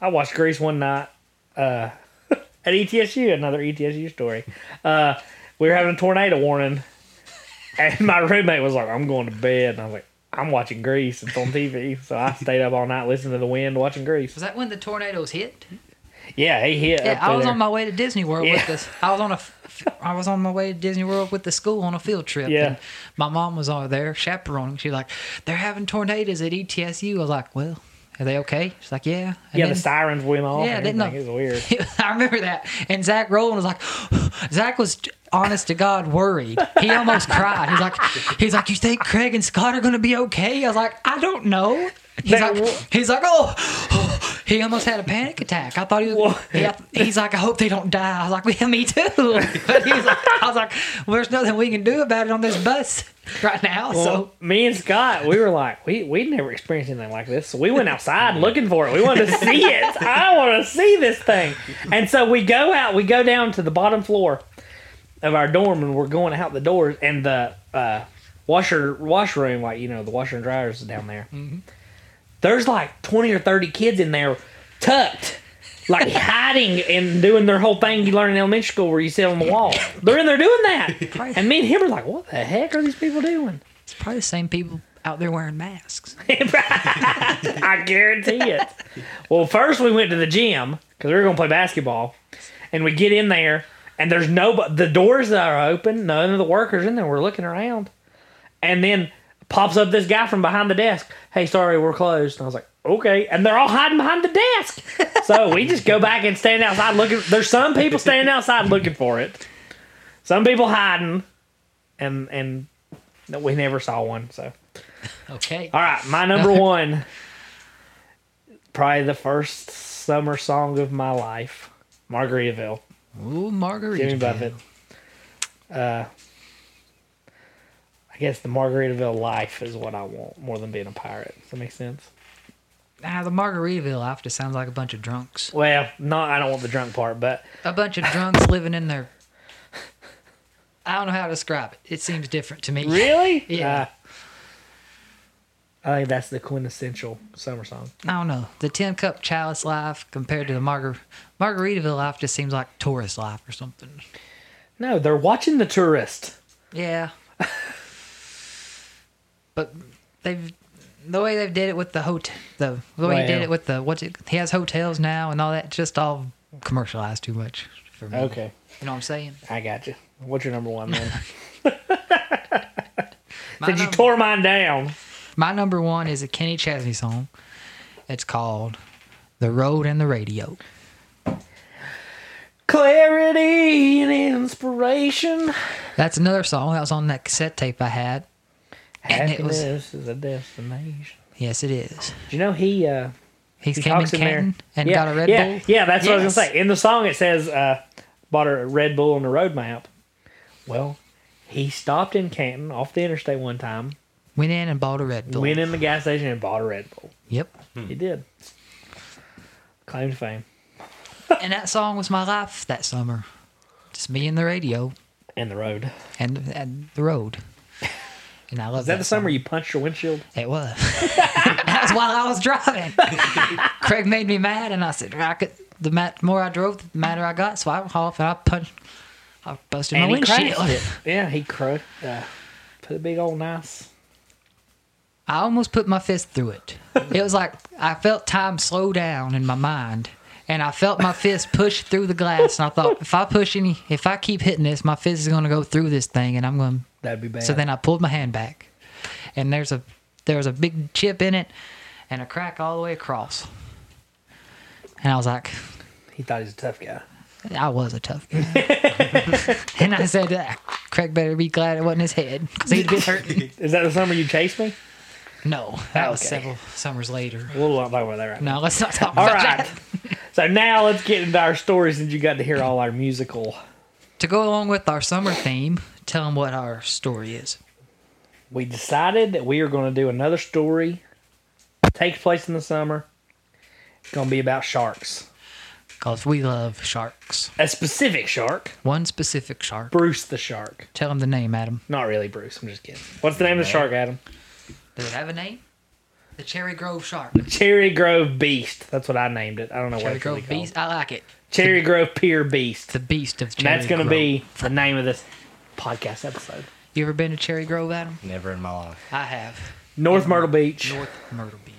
I watched Grease one night uh, at ETSU, another E ETSU story. Uh, we were having a tornado warning, and my roommate was like, I'm going to bed. And I was like, I'm watching Grease. It's on TV. So I stayed up all night listening to the wind, watching Grease. Was that when the tornadoes hit? Yeah, he hit. Yeah, up I through was there. on my way to Disney World Yeah. with this. I was on a, f- I was on my way to Disney World with the school on a field trip. Yeah. And my mom was over there chaperoning. She's like, "They're having tornadoes at E ETSU." I was like, "Well, are they okay?" She's like, "Yeah." And Yeah, the then- sirens went off. Yeah, and they- no. everything. It was weird. I remember that. And Zach Rowland was like, Zach was honest to God worried. He almost cried. He's like, he's like, you think Craig and Scott are gonna be okay? I was like, I don't know. He's That like, wa- he's like, oh, he almost had a panic attack. I thought he was. Wha- Yeah, he's like, I hope they don't die. I was like, yeah, me too. But he was like, I was like, well, there's nothing we can do about it on this bus right now. Well, so me and Scott, we were like, we we never experienced anything like this, so we went outside looking for it. We wanted to see it. I want to see this thing. And so we go out. We go down to the bottom floor of our dorm, and we're going out the doors, and the uh, washer washroom, like you know, the washer and dryers is down there. There's like twenty or thirty kids in there, tucked. Like hiding and doing their whole thing you learn in elementary school where you sit on the wall. They're in there doing that. And me and him are like, what the heck are these people doing? it's probably the same people out there wearing masks. I guarantee it. well, first we went to the gym because we were going to play basketball, and we get in there, and there's no the doors that are open. None of the workers in there. We're looking around, and then pops up this guy from behind the desk. Hey, sorry, we're closed. And I was like, okay. And they're all hiding behind the desk. so we just go back and stand outside looking. There's some people standing outside looking for it. Some people hiding, and and we never saw one. So. Okay. All right, my number one, probably the first summer song of my life, Margaritaville, Ooh, Margarita. Jimmy Buffett. Uh, I guess the Margaritaville life is what I want more than being a pirate. Does that make sense? Ah, the Margaritaville life just sounds like a bunch of drunks. Well, no, I don't want the drunk part, but A bunch of drunks living in their. I don't know how to describe it. It seems different to me. really, Yeah. Uh, I think that's the quintessential summer song. I don't know. The tin cup chalice life compared to the Margar- Margaritaville life just seems like tourist life or something. No, they're watching the tourist. Yeah. but they've the way they've did it with the hotel, the, the way he did Well. it with the what's it? He has hotels now and all that. Just all commercialized too much for me. Okay, You know what I'm saying? I got you. What's your number one then? My Did you number- tore mine down? My number one is a Kenny Chesney song. It's called The Road and the Radio. clarity and inspiration. That's another song that was on that cassette tape I had. And it was- Happiness is a destination. Yes, it is. Do you know he uh, He's he came in talks in Canton there and yeah, got a Red yeah, Bull. Yeah, that's what I was Yes. gonna say. In the song, it says uh, bought a Red Bull on the road map. Well, he stopped in Canton off the interstate one time, Went in and bought a Red Bull. went in the gas Hmm. station and bought a Red Bull. Yep. He did. Claim to fame. and that song was my life that summer. Just me and the radio and the road. and, and the road. And I love Is that the summer you punched your windshield? It was. that was while I was driving. Craig made me mad, and I said, I could, the mat, more I drove, the madder I got. So I hauled off and I punched, I busted my and he windshield. crashed it. Yeah, he crushed. Uh, put a big old nice. I almost put my fist through it. It was like I felt time slow down in my mind, and I felt my fist push through the glass. And I thought, if I push any, if I keep hitting this, my fist is going to go through this thing, and I'm going to That'd be bad. So then I pulled my hand back, and there's a there was a big chip in it, and a crack all the way across. And I was like, he thought he was a tough guy. I was a tough guy. and I said, "Ah, Craig better be glad it wasn't his head because he'd been hurting. Is that the summer you chased me? No, that was Okay. several summers later. We'll not talk about that right now. No, let's not talk All about right. that. so now let's get into our stories since you got to hear all our musical. To go along with our summer theme, tell them what our story is. We decided that we are going to do another story. Takes place in the summer. It's going to be about sharks. Because we love sharks. A specific shark, One specific shark. Bruce the shark. Tell them the name, Adam. Not really Bruce. I'm just kidding. What's the name of the shark, Adam? Does it have a name? The Cherry Grove shark. Cherry Grove Beast. That's what I named it. I don't know what Cherry it's Grove really Beast. I like it. called. Cherry Grove Pier Beast. The Beast of And Cherry that's going to Grove. be the name of this podcast episode. You ever been to Cherry Grove, Adam? Never in my life. I have. North Myrtle Beach. North Myrtle Beach.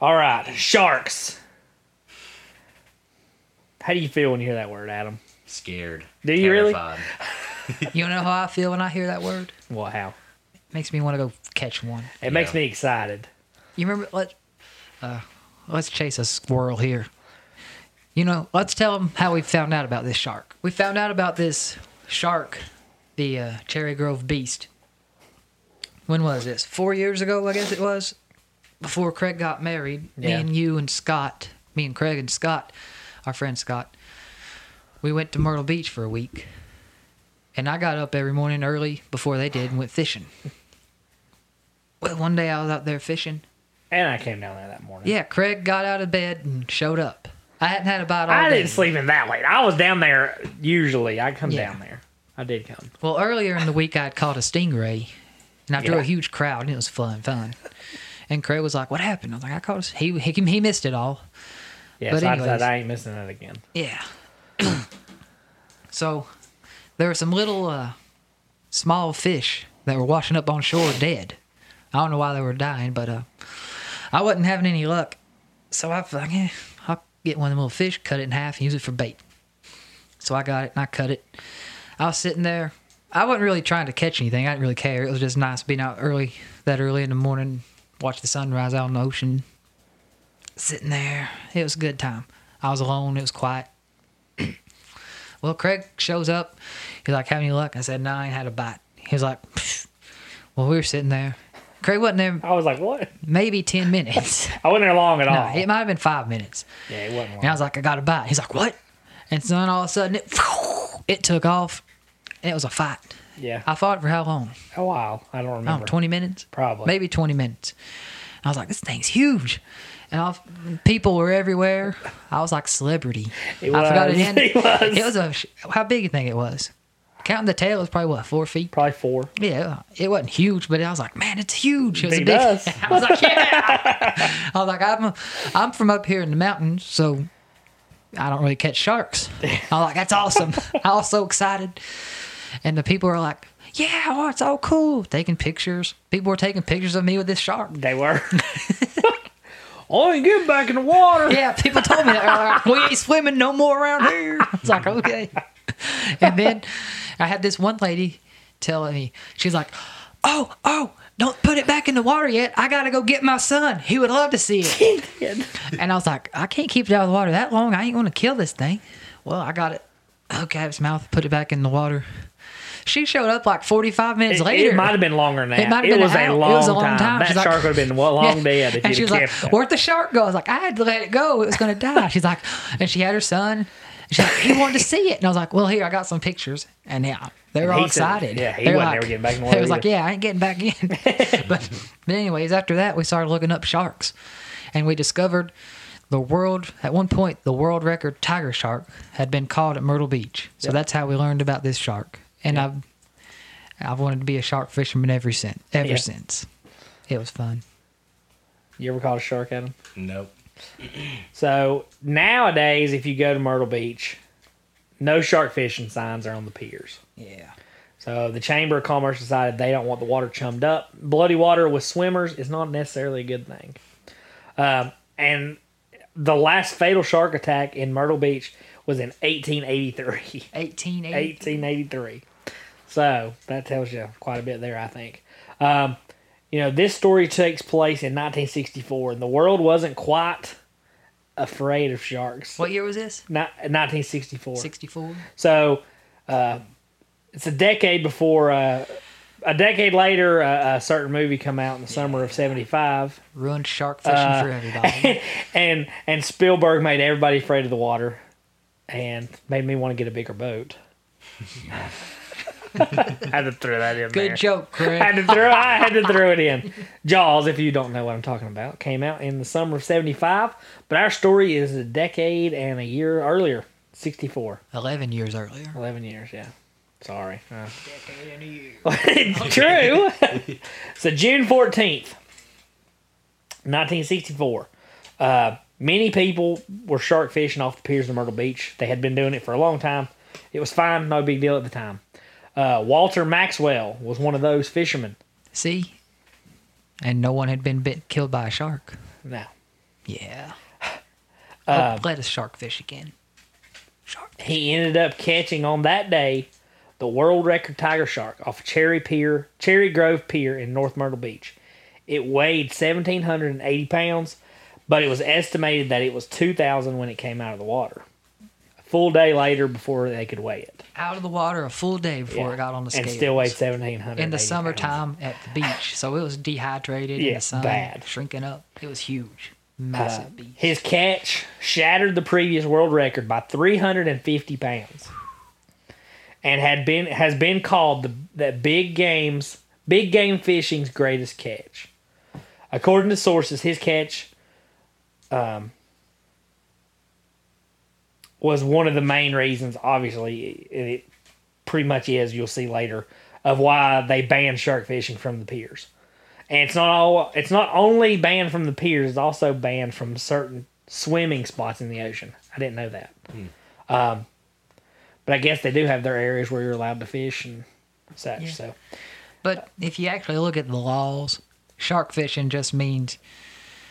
All right, sharks. How do you feel when you hear that word, Adam? Scared. Do you really? terrified. You know how I feel when I hear that word? Well, how? It makes me want to go catch one. It makes Yeah. me excited. You remember? Let, uh, let's chase a squirrel here. You know, let's tell them how we found out about this shark. We found out about this shark, the uh, Cherry Grove Beast. When was this? Four years ago, I guess it was. Before Craig got married, me Yeah. and you and Scott, me and Craig and Scott, our friend Scott, we went to Myrtle Beach for a week. And I got up every morning early before they did and went fishing. Well, one day I was out there fishing And I came down there that morning. yeah, Craig got out of bed and showed up. I hadn't had a bite all I day. didn't sleep in that late. I was down there usually. I come Yeah. down there. I did come. Well, earlier in the week, I had caught a stingray, and I drew Yeah. a huge crowd, and it was fun, fun. And Craig was like, "What happened?" I was like, "I caught a s He, he he missed it all." Yeah, But so I anyways. decided I ain't missing that again. Yeah. so there were some little uh, small fish that were washing up on shore dead. I don't know why they were dying, but uh, I wasn't having any luck. So I was like, eh, I'll get one of them little fish, cut it in half, and use it for bait. So I got it and I cut it. I was sitting there. I wasn't really trying to catch anything. I didn't really care. It was just nice being out early, that early in the morning, watch the sunrise out on the ocean. Sitting there. It was a good time. I was alone. It was quiet. Well, Craig shows up. He's like, "Have any luck?" I said, "No, I ain't had a bite." He was like, "Pfft." "Well, we were sitting there. Craig wasn't there I was like, what? maybe ten minutes. I wasn't there long at all. No, it might have been five minutes." yeah, it wasn't long. And I was like, "I got a bite." He's like, "What?" And so then all of a sudden, it it took off. And it was a fight. yeah. I fought for how long? a while. I don't I don't remember. know, 20 Oh, minutes? Probably. Maybe 20 minutes. And I was like, this thing's huge. And I was, people were everywhere. I was like celebrity. It I forgot was. it in. It was. It was a, sh- how big you think it was? Counting the tail, it was probably what, four feet? Probably four. Yeah, it wasn't huge, but I was like, man, it's huge. It was Big a big. us. I was like, yeah. I was like, I'm, I'm from up here in the mountains, so I don't really catch sharks. I was like, that's awesome. I was so excited, and the people were like, yeah, oh, it's all cool. Taking pictures. People were taking pictures of me with this shark. They were. I ain't getting back in the water. Yeah, people told me that. They were like, we ain't swimming no more around here. I was like, okay. And then I had this one lady telling me, she's like, oh, oh, don't put it back in the water yet. I got to go get my son. He would love to see it. And I was like, I can't keep it out of the water that long. I ain't going to kill this thing. Well, I got it. Hook out its mouth, put it back in the water. She showed up like 45 minutes It, later. it might have been longer than that. It might have been was an a hour. long, It was a long time. That She's like- shark would have been well, long dead if you'd and she have was like, kept that. "Where'd the shark go?" I was like, "I had to let it go. It was going to die." She's like, and she had her son. And she's like, "He wanted to see it," and I was like, "Well, here I got some pictures." And yeah, they were And he all said- excited. yeah, he They were wasn't ever getting back in the They was water like, either. "Yeah, I ain't getting back in." but, but anyways, after that, we started looking up sharks, and we discovered The world, at one point, the world record tiger shark had been caught at Myrtle Beach. So Yep. that's how we learned about this shark. And I've, I've wanted to be a shark fisherman ever since. Ever Yeah. since, it was fun. You ever caught a shark, Adam? Nope. So nowadays, if you go to Myrtle Beach, no shark fishing signs are on the piers. Yeah. So the Chamber of Commerce decided they don't want the water chummed up. Bloody water with swimmers is not necessarily a good thing. Um, and the last fatal shark attack in Myrtle Beach was in 1883. 1880. 1883. So that tells you quite a bit there, I think. Um, you know, this story takes place in 1964, and the world wasn't quite afraid of sharks. What year was this? Ni- 1964. 64. So uh, it's a decade before, uh, a decade later, uh, a certain movie come out in the summer of 75 Ruined shark fishing Uh, for everybody. and and Spielberg made everybody afraid of the water, and made me want to get a bigger boat. I had to throw that in there. Good joke, Craig. I had to throw. I had to throw it in. Jaws, if you don't know what I'm talking about, came out in the summer of '75, but our story is a decade and a year earlier, '64, 11 years earlier. 11 years. Yeah, sorry. Uh, True. so June fourteenth, nineteen sixty-four. Uh, many people were shark fishing off the piers of Myrtle Beach. They had been doing it for a long time. It was fine, no big deal at the time. Uh, Walter Maxwell was one of those fishermen. See? And no one had been bit, killed by a shark. Now Yeah. Um, Oh, let us shark fish again. Shark. he ended up catching on that day the world record tiger shark off Cherry Pier, Cherry Grove Pier in North Myrtle Beach. It weighed seventeen hundred and eighty pounds, but it was estimated that it was two thousand when it came out of the water. A full day later, before they could weigh it, Out of the water a full day before it Yeah. got on the scales. and still weighed seventeen hundred In the summertime at the beach. So it was dehydrated in Yeah, the sun. bad. Uh, Shrinking up. It was huge. Massive beach. His catch shattered the previous world record by 350 pounds, and had been has been called the that big games big game fishing's greatest catch. According to sources, his catch um, was one of the main reasons. Obviously, it, it pretty much is. You'll see later of why they banned shark fishing from the piers and it's not all it's not only banned from the piers it's also banned from certain swimming spots in the ocean i didn't know that um, but i guess they do have their areas where you're allowed to fish and such so But if you actually look at the laws, shark fishing just means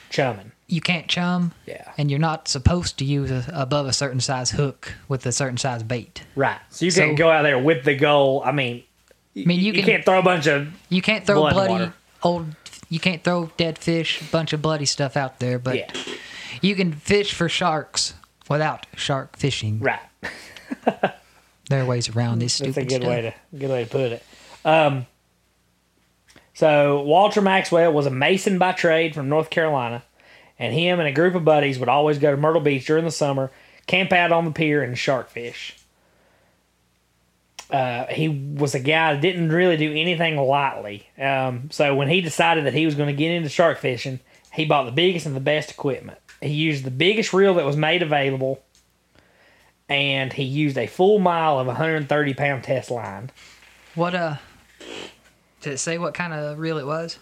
chumming you can't chum. Yeah. And you're not supposed to use a, above a certain size hook with a certain size bait. right so you So- can't go out there with the goal i mean I mean, you, you can can't throw a bunch of You can't throw Blood and bloody water. old. You can't throw dead fish, bunch of bloody stuff out there, but yeah you can fish for sharks without shark fishing. right There are ways around this stupid That's a good stuff. way to good way to put it. Um, so Walter Maxwell was a mason by trade from North Carolina, and him and a group of buddies would always go to Myrtle Beach during the summer, camp out on the pier and shark fish. Uh, he was a guy that didn't really do anything lightly. Um, so when he decided that he was going to get into shark fishing, he bought the biggest and the best equipment. He used the biggest reel that was made available and he used a full mile of 130 pound test line. What uh? Did it say what kind of reel it was?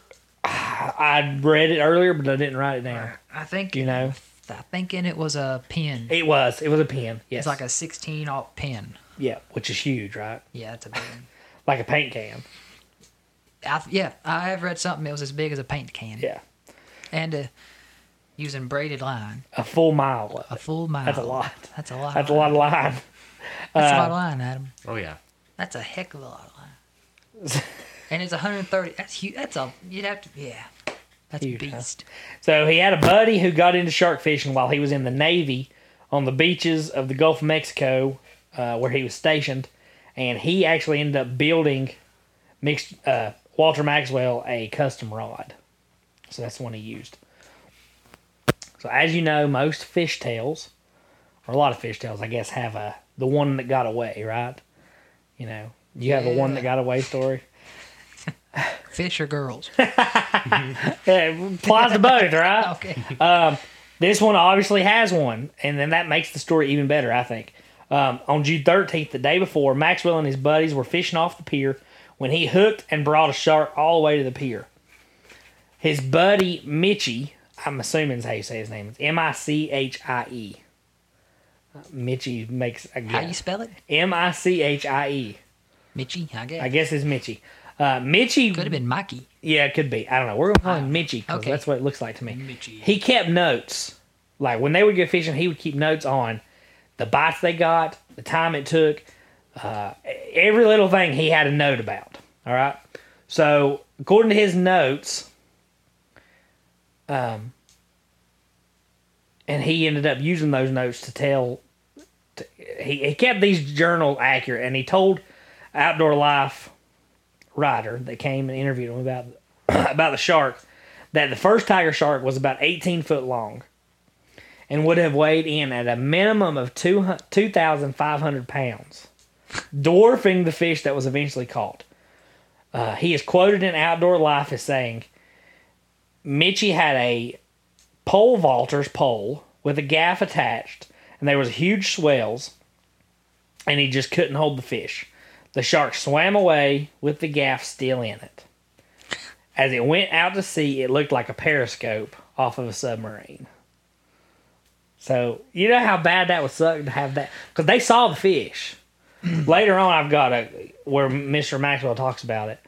I read it earlier, but I didn't write it down. I think You know, I'm thinking it was a pin. it was it was a pen. Yes, It's like a 16 alt pin. yeah, which is huge, right? Yeah, that's a big one. Like a paint can. I, yeah, I have read something. It was as big as a paint can. Yeah, And uh, using braided line, a full mile. a Of it. full mile. That's a lot. That's a lot. That's a lot of line. That's a lot of line, Adam. Oh yeah. That's a heck of a lot of line. and it's 130. That's huge. That's a you'd have to yeah. That's Huge, a huh? beast. So he had a buddy who got into shark fishing while he was in the Navy on the beaches of the Gulf of Mexico, uh, where he was stationed, and he actually ended up building mixed uh, Walter Maxwell a custom rod. So that's the one he used. So as you know, most fishtails, or a lot of fishtails, I guess, have a the one that got away, right? You know, you have a one that got away story. Fish or girls? Yeah, it applies to both, right? Okay. This one obviously has one, and then that makes the story even better, I think. Um, on June 13th, the day before, Maxwell and his buddies were fishing off the pier when he hooked and brought a shark all the way to the pier. His buddy Mitchie, I'm assuming is how you say his name. It's M I C H I E. Uh, Mitchie makes a How you guess. spell it? M I C H I E. Mitchy, I guess. I guess it's Mitchie. Uh, Mitchie Could have been Mikey. yeah, it could be. I don't know. We're gonna call him Mitchy because okay. that's what it looks like to me. Mitchy. He kept notes. Like when they would go fishing, he would keep notes on the bites they got, the time it took, uh, every little thing he had a note about. All right. So according to his notes, um, and he ended up using those notes to tell. To, he he kept these journal accurate, and he told Outdoor Life writer that came and interviewed him about about the shark that the first tiger shark was about 18 foot long and would have weighed in at a minimum of two hun- 2,500 pounds, dwarfing the fish that was eventually caught. Uh, he is quoted in Outdoor Life as saying, Mitchie had a pole vaulter's pole with a gaff attached, and there was huge swells, and he just couldn't hold the fish. The shark swam away with the gaff still in it. As it went out to sea, it looked like a periscope off of a submarine. So, you know how bad that would suck to have that? Because they saw the fish. Later on, I've got a where Mr. Maxwell talks about it.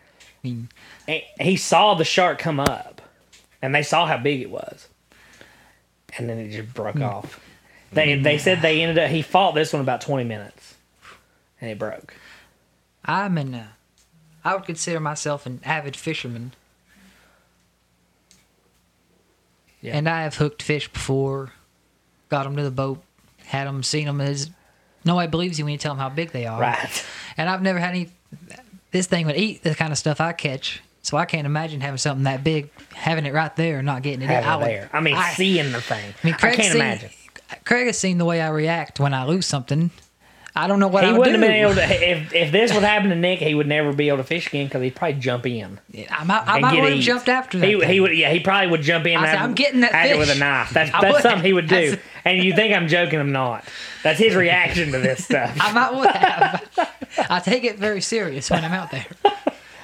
mean- And He saw the shark come up, and they saw how big it was. And then it just broke Mm. off. They, they said they ended up, he fought this one about 20 minutes, and it broke. I'm an. Uh, I would consider myself an avid fisherman. Yeah. And I have hooked fish before, got them to the boat, had them, seen them as. Nobody believes you when you tell them how big they are. Right. And I've never had any. This thing would eat the kind of stuff I catch, so I can't imagine having something that big, having it right there and not getting it. Having I it would- there. I mean, I- seeing the thing. I mean, Craig can't seen- imagine. Craig has seen the way I react when I lose something. I don't know what He I would wouldn't have do. been able to. If, if this would happen to Nick, he would never be able to fish again because he'd probably jump in. I might, I and might get would have eat. jumped after that. He, thing. he would. Yeah, he probably would jump in. I said, at- "I'm getting that at it with a fish." knife. That's, I that's would. something he would I do. said- And you think I'm joking? I'm not. That's his reaction to this stuff. I might would have. I take it very serious when I'm out there.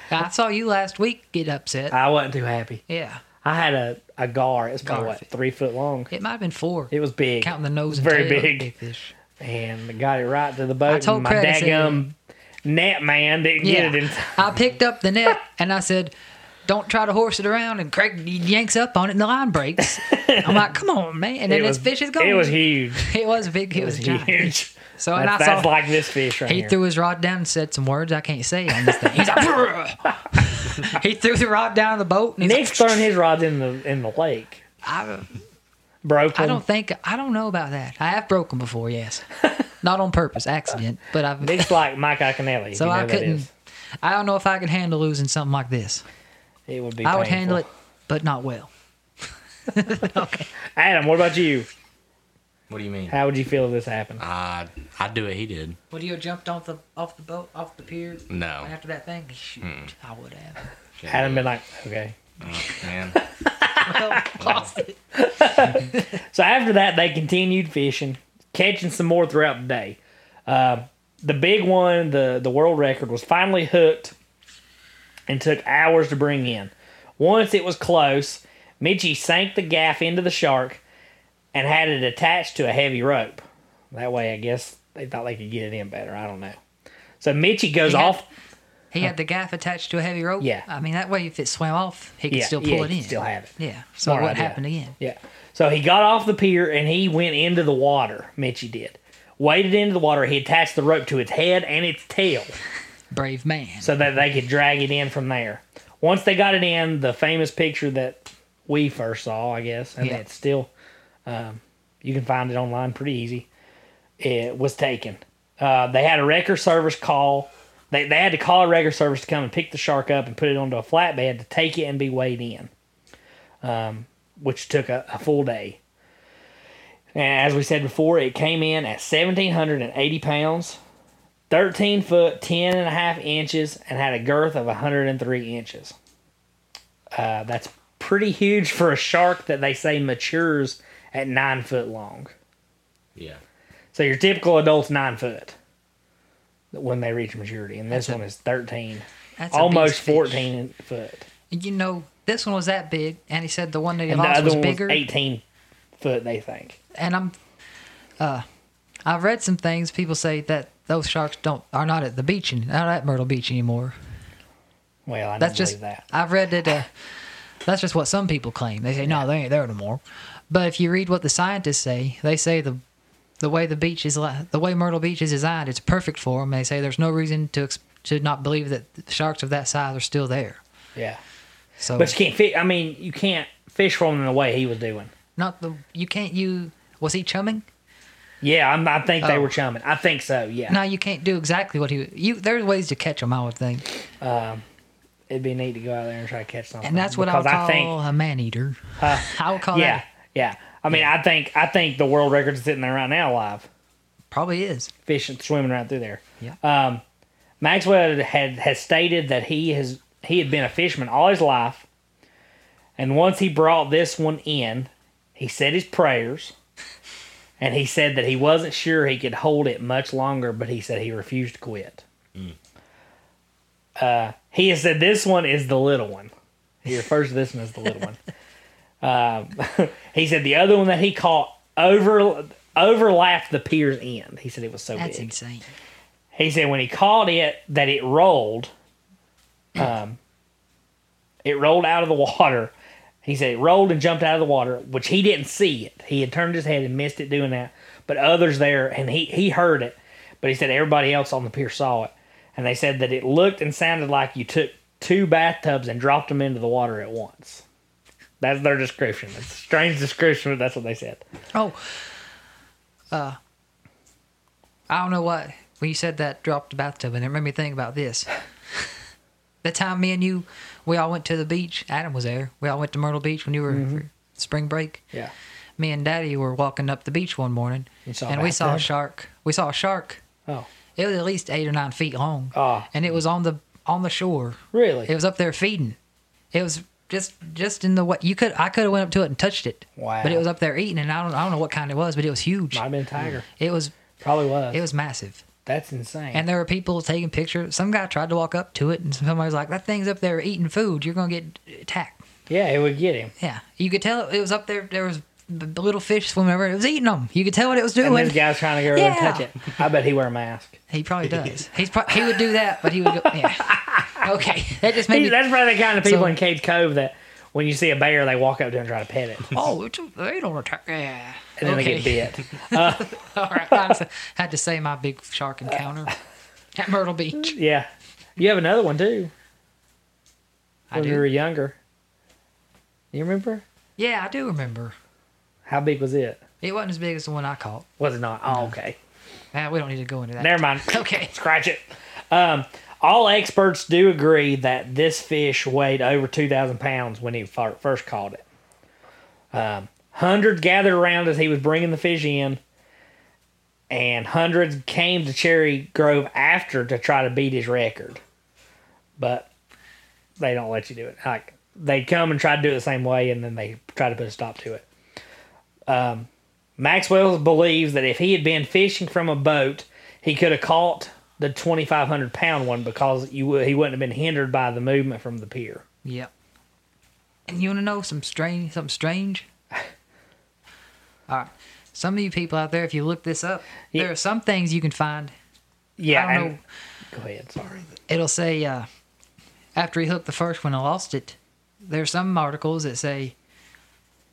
I saw you last week get upset. I wasn't too happy. yeah, I had a a gar. It's probably Gar what fish. three foot long. it might have been four. It was big. counting the nose. It and was very tail, big. fish. and got it right to the boat. I told and my Craig, I said- daggum net man didn't Yeah, get it in time. I picked up the net and I said, "Don't try to horse it around." And Craig yanks up on it, and the line breaks. I'm like, "Come on, man!" And then It this was- fish is gone. It was huge. It was big. It, was, giant. huge. So and That's, I that's saw like this fish right he here. threw his rod down and said some words I can't say on this thing. He's like, "Bruh." he threw the rod down the boat and he's Nick's like, throwing his rods in the in the lake. I, Broke I them. don't think I don't know about that. I have broken before, yes, not on purpose, accident, but I've. Nick's like Mike Iaconelli. if so you know I who That couldn't. is. I don't know if I could handle losing something like this. It would be. I would painful. handle it, but not well. Adam, what about you? What do you mean? How would you feel if this happened? Uh, I'd do what he did. Would you have jumped off the off the boat off the pier No. after that thing? Shoot, Hmm. I would have. Adam been like, okay. Man. Lost it. So after that, they continued fishing, catching some more throughout the day. Uh, the big one, the the world record, was finally hooked, and took hours to bring in. Once it was close, Mitchie sank the gaff into the shark, and had it attached to a heavy rope. That way, I guess they thought they could get it in better. I don't know. So Mitchie goes He had- off. He had the gaff attached to a heavy rope. Yeah. I mean that way, if it swam off, he could Yeah, still pull yeah, it he in. could still have it. Yeah. So Smart it wouldn't idea. happen again. Yeah. So he got off the pier and he went into the water. Mitchie did. Waded into the water. He attached the rope to its head and its tail Brave man. so that they could drag it in from there. Once they got it in, the famous picture that we first saw, I guess, and Yeah. that's still, um, you can find it online pretty easy, it was taken. Uh, they had a wrecker service call. They, they had to call a wrecker service to come and pick the shark up and put it onto a flatbed to take it and be weighed in, um, which took a, a full day. And as we said before, it came in at 1,780 pounds, 13 foot 10 and a half inches and had a girth of 103 inches uh, that's pretty huge for a shark that they say matures at nine foot long. Yeah. So your typical adult's nine foot when they reach maturity, and this That's a- one is thirteen, That's a almost beast fish. fourteen foot. And You know, this one was that big, and he said the one that he And the lost other was one was bigger. eighteen foot. They think. And I'm, uh, I've read some things. People say that those sharks don't are not at the beach, and not at Myrtle Beach anymore. Well, I don't That's believe just that. I've read that. Uh, that's just what some people claim. They say no, they ain't there no more. But if you read what the scientists say, they say the the way the beach is li- the way Myrtle Beach is designed, it's perfect for them. They say there's no reason to ex- to not believe that sharks of that size are still there. Yeah, Oh. So but you can't fish. I mean, you can't fish for him in the way he was doing. not the you can't you was he chumming? Yeah, I'm, I think they Oh. were chumming. I think so. Yeah, No, you can't do exactly what he you. There's ways to catch them, I would think, it'd be neat to go out there and try to catch something. and that's what I because would call I think. a man eater. I would call Yeah, Oh, that yeah. I mean, I think I think the world record's sitting there right now, live probably is. fishing, swimming right through there. Yeah, Um, Maxwell had has stated that he has he had been a fisherman all his life, and once he brought this one in, he said his prayers, and he said that he wasn't sure he could hold it much longer, but he said he refused to quit. Uh, he has said this one is the little one. He refers to this one as the little one. Um, he said the other one that he caught over overlapped the pier's end. He said it was so that's big. insane. He said when he caught it that it rolled, um, it rolled out of the water. He said it rolled and jumped out of the water, which he didn't see it. He had turned his head and missed it doing that, but others there and he he heard it, but he said everybody else on the pier saw it, and they said that it looked and sounded like you took two bathtubs and dropped them into the water at once. That's their description. It's a strange description, but that's what they said. Oh, uh, I don't know what when you said that dropped the bathtub, and it made me think about this. the time me and you, we all went to the beach. Adam was there. We all went to Myrtle Beach when you were Mm-hmm. for spring break. Yeah. Me and Daddy were walking up the beach one morning, You saw a and we saw a bathtub? shark. We saw a shark. Oh, It was at least eight or nine feet long, Ah. and it was on the on the shore. really? It was up there feeding. It was just just in the way you could. I could have went up to it and touched it. Wow. But it was up there eating, and I don't I don't know what kind it was, but it was huge. Might have been a tiger. It was Probably was. it was massive, That's insane. and there were people taking pictures. Some guy tried to walk up to it, and somebody was like, "That thing's up there eating food. You're gonna get attacked." yeah, it would get him. Yeah, you could tell it was up there. There was b- b- little fish swimming over. It It was eating them. You could tell what it was And doing. this guy's trying to go over and touch Yeah. it. I bet he wear a mask. he probably does. He's pro- he would do that, but he would. Go, yeah. Okay, that just made He- me. that's probably the kind of people So- in Cave Cove that when you see a bear, they walk up to it and try to pet it, and Oh, it's, they don't attack. Yeah. then okay. they get bit. All right. I just had to say my big shark encounter at Myrtle Beach. Yeah, you have another one too. I When we were do. younger, you remember Yeah, I do remember. how big was it? It wasn't as big as the one I caught. Was it not? Oh, okay. Ah, we don't need to go into that. Never mind. Okay. Scratch it. Um, all experts do agree that this fish weighed over 2,000 pounds when he fir- first caught it. Um, hundreds gathered around as he was bringing the fish in, and hundreds came to Cherry Grove after to try to beat his record. But they don't let you do it. Like, they come and try to do it the same way, and then they try to put a stop to it. Maxwell believes that if he had been fishing from a boat, he could have caught the 2,500 pound one because you, wou- he wouldn't have been hindered by the movement from the pier. Yep. And you want to know some strange, something strange? All right. Some of you people out there, if you look this up, Yeah. there are some things you can find. Yeah. I don't and- Go ahead. Sorry. It'll say uh, after he hooked the first one and lost it. There are some articles that say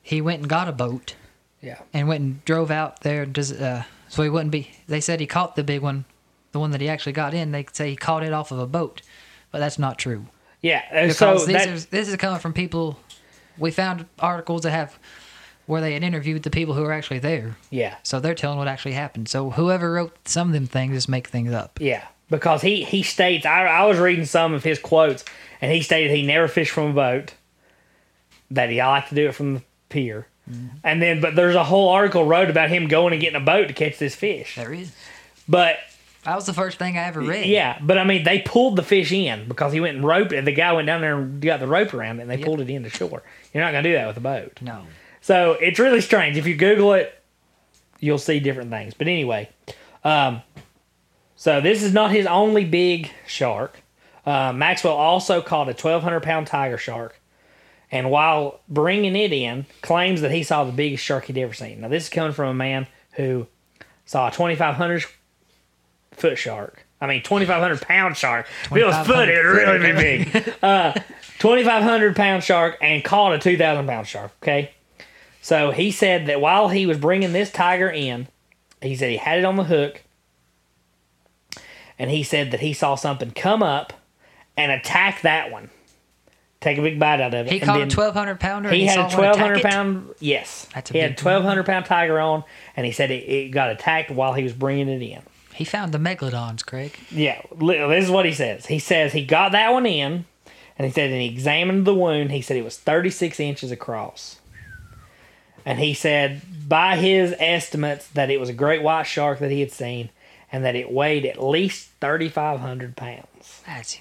he went and got a boat Yeah. and went and drove out there. and Does uh, so he wouldn't be. They said he caught the big one, the one that he actually got in. They say he caught it off of a boat, but that's not true. Yeah. and So Because these that, are, this is coming from people. We found articles that have where they had interviewed the people who were actually there. yeah. So they're telling what actually happened. So whoever wrote some of them things just make things up. Yeah. Because he, he states, I, I was reading some of his quotes, and he stated he never fished from a boat, that he liked to do it from the pier. And then, but there's a whole article wrote about him going and getting a boat to catch this fish. There is. But That was the first thing I ever read. Yeah, but I mean, they pulled the fish in because he went and roped it. The guy went down there and got the rope around it, and they Yep. pulled it into shore. You're not going to do that with a boat. No. So it's really strange. If you Google it, you'll see different things. But anyway, um, so this is not his only big shark. Uh, Maxwell also caught a 1,200 pound tiger shark, and while bringing it in, claims that he saw the biggest shark he'd ever seen. Now, this is coming from a man who saw a 2,500 foot shark. I mean, 2,500 pound shark. If it was foot, it'd 2,500 really be big. Uh, 2,500 pound shark and caught a 2,000 pound shark. Okay. So he said that while he was bringing this tiger in, he said he had it on the hook, and he said that he saw something come up and attack that one, take a big bite out of it. He and caught a then 1,200 pounder. He and had a he saw one attack 1,200 it? pound. Yes, That's a he had big 1,200 pound tiger on, and he said it, it got attacked while he was bringing it in. He found the megalodons, Craig. Yeah, li- this is what he says. He says he got that one in, and he said, and he examined the wound. He said it was 36 inches across. And he said, by his estimates, that it was a great white shark that he had seen, and that it weighed at least 3,500 pounds. That's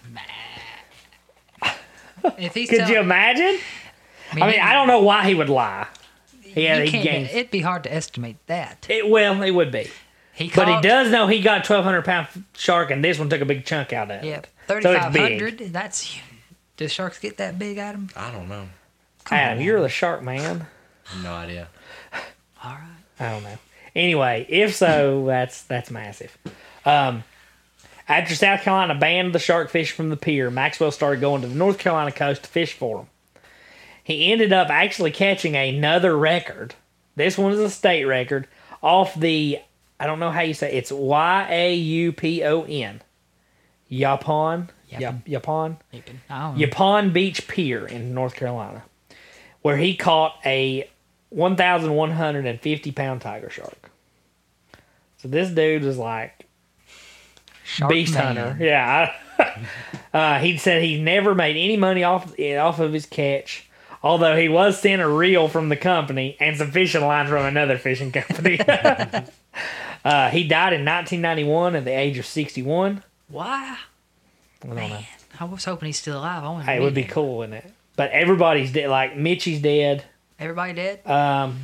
If he's Could telling- you imagine? I mean, I don't know why he would lie. Yeah, you he can't- gains. It'd be hard to estimate that. It, well, it would be. He But he caught- does know he got a 1,200 pound shark, and this one took a big chunk out of it. Yeah, it's big. 3,500. that's. Do sharks get that big, Adam? I don't know. Come Adam, on. you're the shark man. No idea. All right. I don't know. Anyway, if so, that's that's massive. Um, after South Carolina banned the shark fish from the pier, Maxwell started going to the North Carolina coast to fish for them. He ended up actually catching another record. This one is a state record off the I don't know how you say it. it's Y A U P O N. Yapon, Yapon. Yapon, I don't know. Yapon Beach Pier in North Carolina, where he caught a 1,150 pound tiger shark. So this dude was like Shark beast man. hunter. Yeah. uh, he said he never made any money off off of his catch, although he was sent a reel from the company and some fishing line from another fishing company. uh, he died in 1991 at the age of 61. Why? I don't know. Man, I was hoping he's still alive. I wanted to Hey, it would be meet him. cool, wouldn't it? But everybody's dead. Like Mitchie's dead. Everybody dead? Um,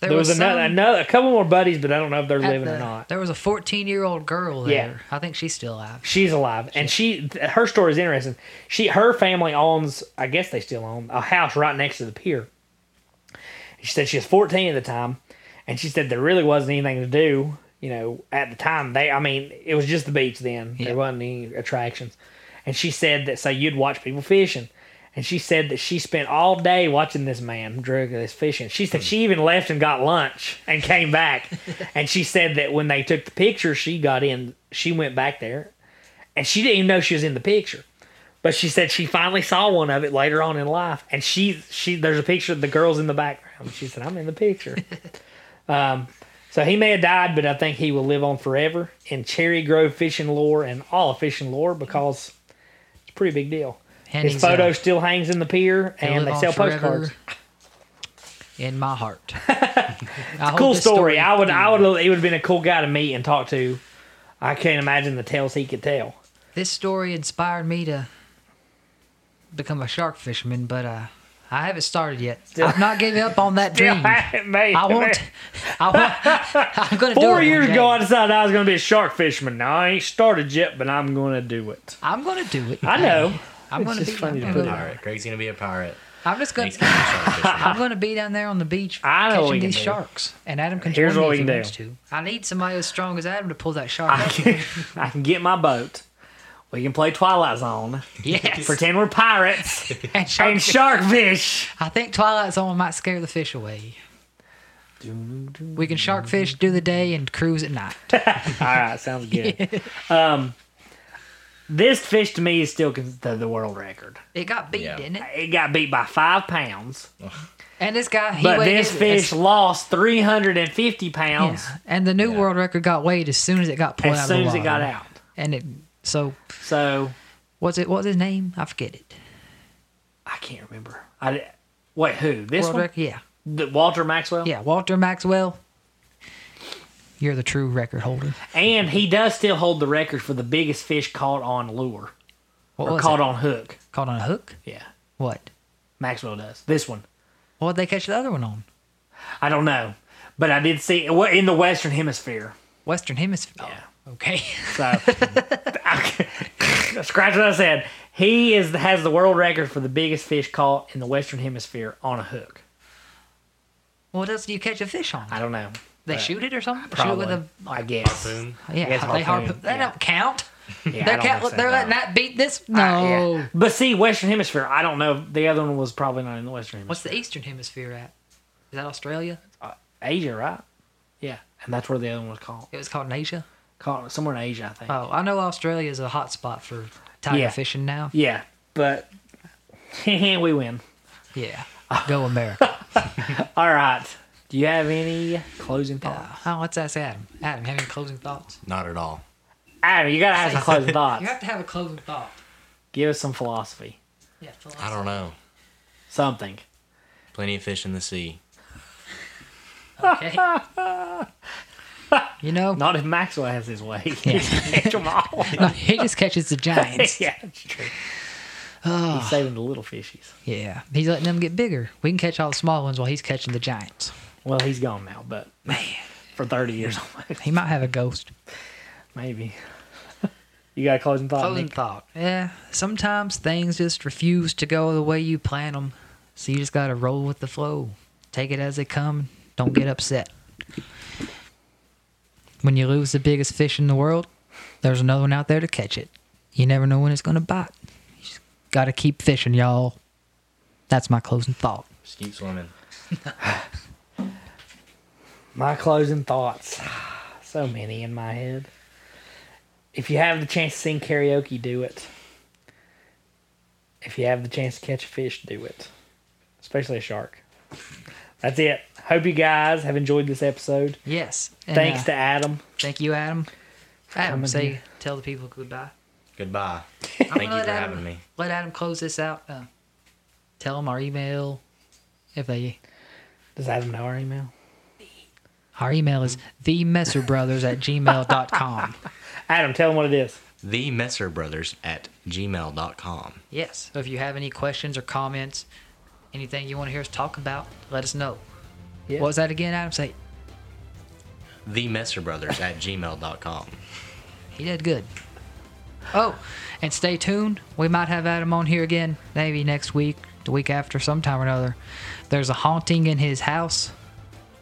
There, there was, another, some another, a couple more buddies, but I don't know if they're at living the- or not. There was a 14 year old girl Yeah. there. I think she's still alive. She's alive, and she th- her story is interesting. She her family owns, I guess they still own a house right next to the pier. She said she was 14 at the time, and she said there really wasn't anything to do. You know, at the time they, I mean, it was just the beach then. Yeah. There wasn't any attractions, and she said that so you'd watch people fishing. And she said that she spent all day watching this man drug this fishing. She said she even left and got lunch and came back. and she said that when they took the picture, she got in. She went back there, and she didn't even know she was in the picture. But she said she finally saw one of it later on in life, and she she there's a picture of the girls in the background. She said, "I'm in the picture." um, so he may have died, but I think he will live on forever in Cherry Grove fishing lore and all of fishing lore because it's a pretty big deal. And His he's, uh, photo still hangs in the pier, He'll and live they on sell forever postcards. In my heart. I Cool story. I would, I would, he would have been a cool guy to meet and talk to. I can't imagine the tales he could tell. This story inspired me to become a shark fisherman, but uh, I haven't started yet. I've not given up on that dream. Mate, I man. want. I want. I'm gonna do it. Four one years day. ago, I decided I was going to be a shark fisherman. Now, I ain't started yet, but I'm going to do it. I'm gonna do it. I know. I'm It's gonna just be. funny to I'm put gonna, Pirate. Greg's gonna be a pirate. I'm just gonna. He's gonna be a shark fisherman. I'm gonna be down there on the beach I know what we catching can these do. sharks, and Adam can Here's join what we me if can he wants to. I need somebody as strong as Adam to pull that shark. I up. can, I can get my boat. We can play Twilight Zone. Yes. Pretend we're pirates and shark and sharkfish. I think Twilight Zone might scare the fish away. We can shark fish, do the day, and cruise at night. All right, sounds good. Um, this fish to me is still cons- the, the world record. It got beat, Yeah. didn't it? It got beat by five pounds, And this guy, he but weighed this it fish as- lost 350 pounds yeah. and the new world record got weighed as soon as it got pulled as out. soon of as the it got water. out. and it so So what's it? What's his name? I forget it. I can't remember. I di- wait, who? This world one? record, yeah, The- Walter Maxwell? yeah. Walter Maxwell. You're the true record holder. And he does still hold the record for the biggest fish caught on lure What or was caught it? on hook. Caught on a hook? Yeah, What? Maxwell does this one. What would they catch the other one on? I don't know, but I did see well, in the Western Hemisphere. Western Hemisphere. Oh, okay. So scratch what I said. He is has the world record for the biggest fish caught in the Western Hemisphere on a hook. what else do you catch a fish on? I don't know. They but shoot it or something? Probably, Shoot it with I guess. Boom. a yeah. Yes, they harpoon. harpoon, That yeah. don't count. Yeah, I they're don't count- think so, they're no. letting Oh. that beat this. No. I- yeah. But see, Western Hemisphere. I don't know. The other one was probably not in the Western Hemisphere. What's the Eastern Hemisphere at? Is that Australia? Asia, right? Yeah, and that's where the other one was called. It was called in Asia. Called somewhere in Asia, I think. Oh, I know Australia is a hot spot for tiger Yeah. fishing now. Yeah, but we win. Yeah. Go America. All right. Do you have any closing thoughts? oh, let's ask Adam. Adam, have any closing thoughts? Not at all. Adam, Ah, you gotta have some closing You thoughts. have to have a closing thought. Give us some philosophy, Yeah, I don't know. something. Plenty of fish in the sea. Okay. you know, Not if Maxwell has his way. Catch 'em all. no, he just catches the giants. yeah, it's true. He's saving the little fishies. yeah, he's letting them get bigger. We can catch all the small ones while he's catching the giants. Well, he's gone now, but man, for thirty years almost, He might have a ghost. maybe. You got a closing thought? Closing Nick? thought. Yeah, sometimes things just refuse to go the way you plan them, so you just gotta roll with the flow. Take it as they come. Don't get upset. When you lose the biggest fish in the world, there's another one out there to catch it. You never know when it's gonna bite. You just gotta keep fishing, y'all. That's my closing thought. Just keep swimming. My closing thoughts. So many in my head. If you have the chance to sing karaoke, do it. If you have the chance to catch a fish, do it. Especially a shark. That's it. Hope you guys have enjoyed this episode. Yes. and, Thanks uh, to Adam. thank you, Adam. Adam, coming say here. tell the people goodbye. Goodbye. Thank you gonna let for Adam- having me. Let Adam close this out. Uh, tell them our email if they Does Adam know our email? Our email is themesserbrothers at gmail.com. Adam, tell him what it is. The Messer Brothers at gmail.com. Yes. So if you have any questions or comments, anything you want to hear us talk about, let us know. Yeah. What was that again, Adam? Say, The Messer Brothers at gmail.com. he did good. Oh, and stay tuned. We might have Adam on here again, maybe next week, the week after, sometime or another. There's a haunting in his house,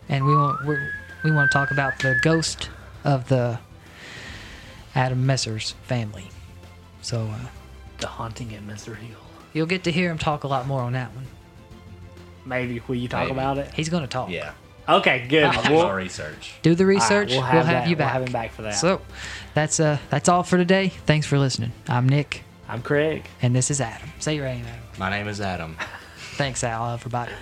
and we want we, we want to talk about the ghost of the Adam Messer's family. So uh, The Haunting at Mr. Hill. you'll get to hear him talk a lot more on that one. Maybe. Will you talk Maybe. about it? He's gonna talk. Yeah. Okay, good. I'll do my research. Do the All right, research. we'll have, that. you back. We'll have him back for that. So, that's uh, that's all for today. Thanks for listening. I'm Nick, I'm Craig. and this is Adam. Say your name, Adam. My name is Adam. Thanks, Al, everybody.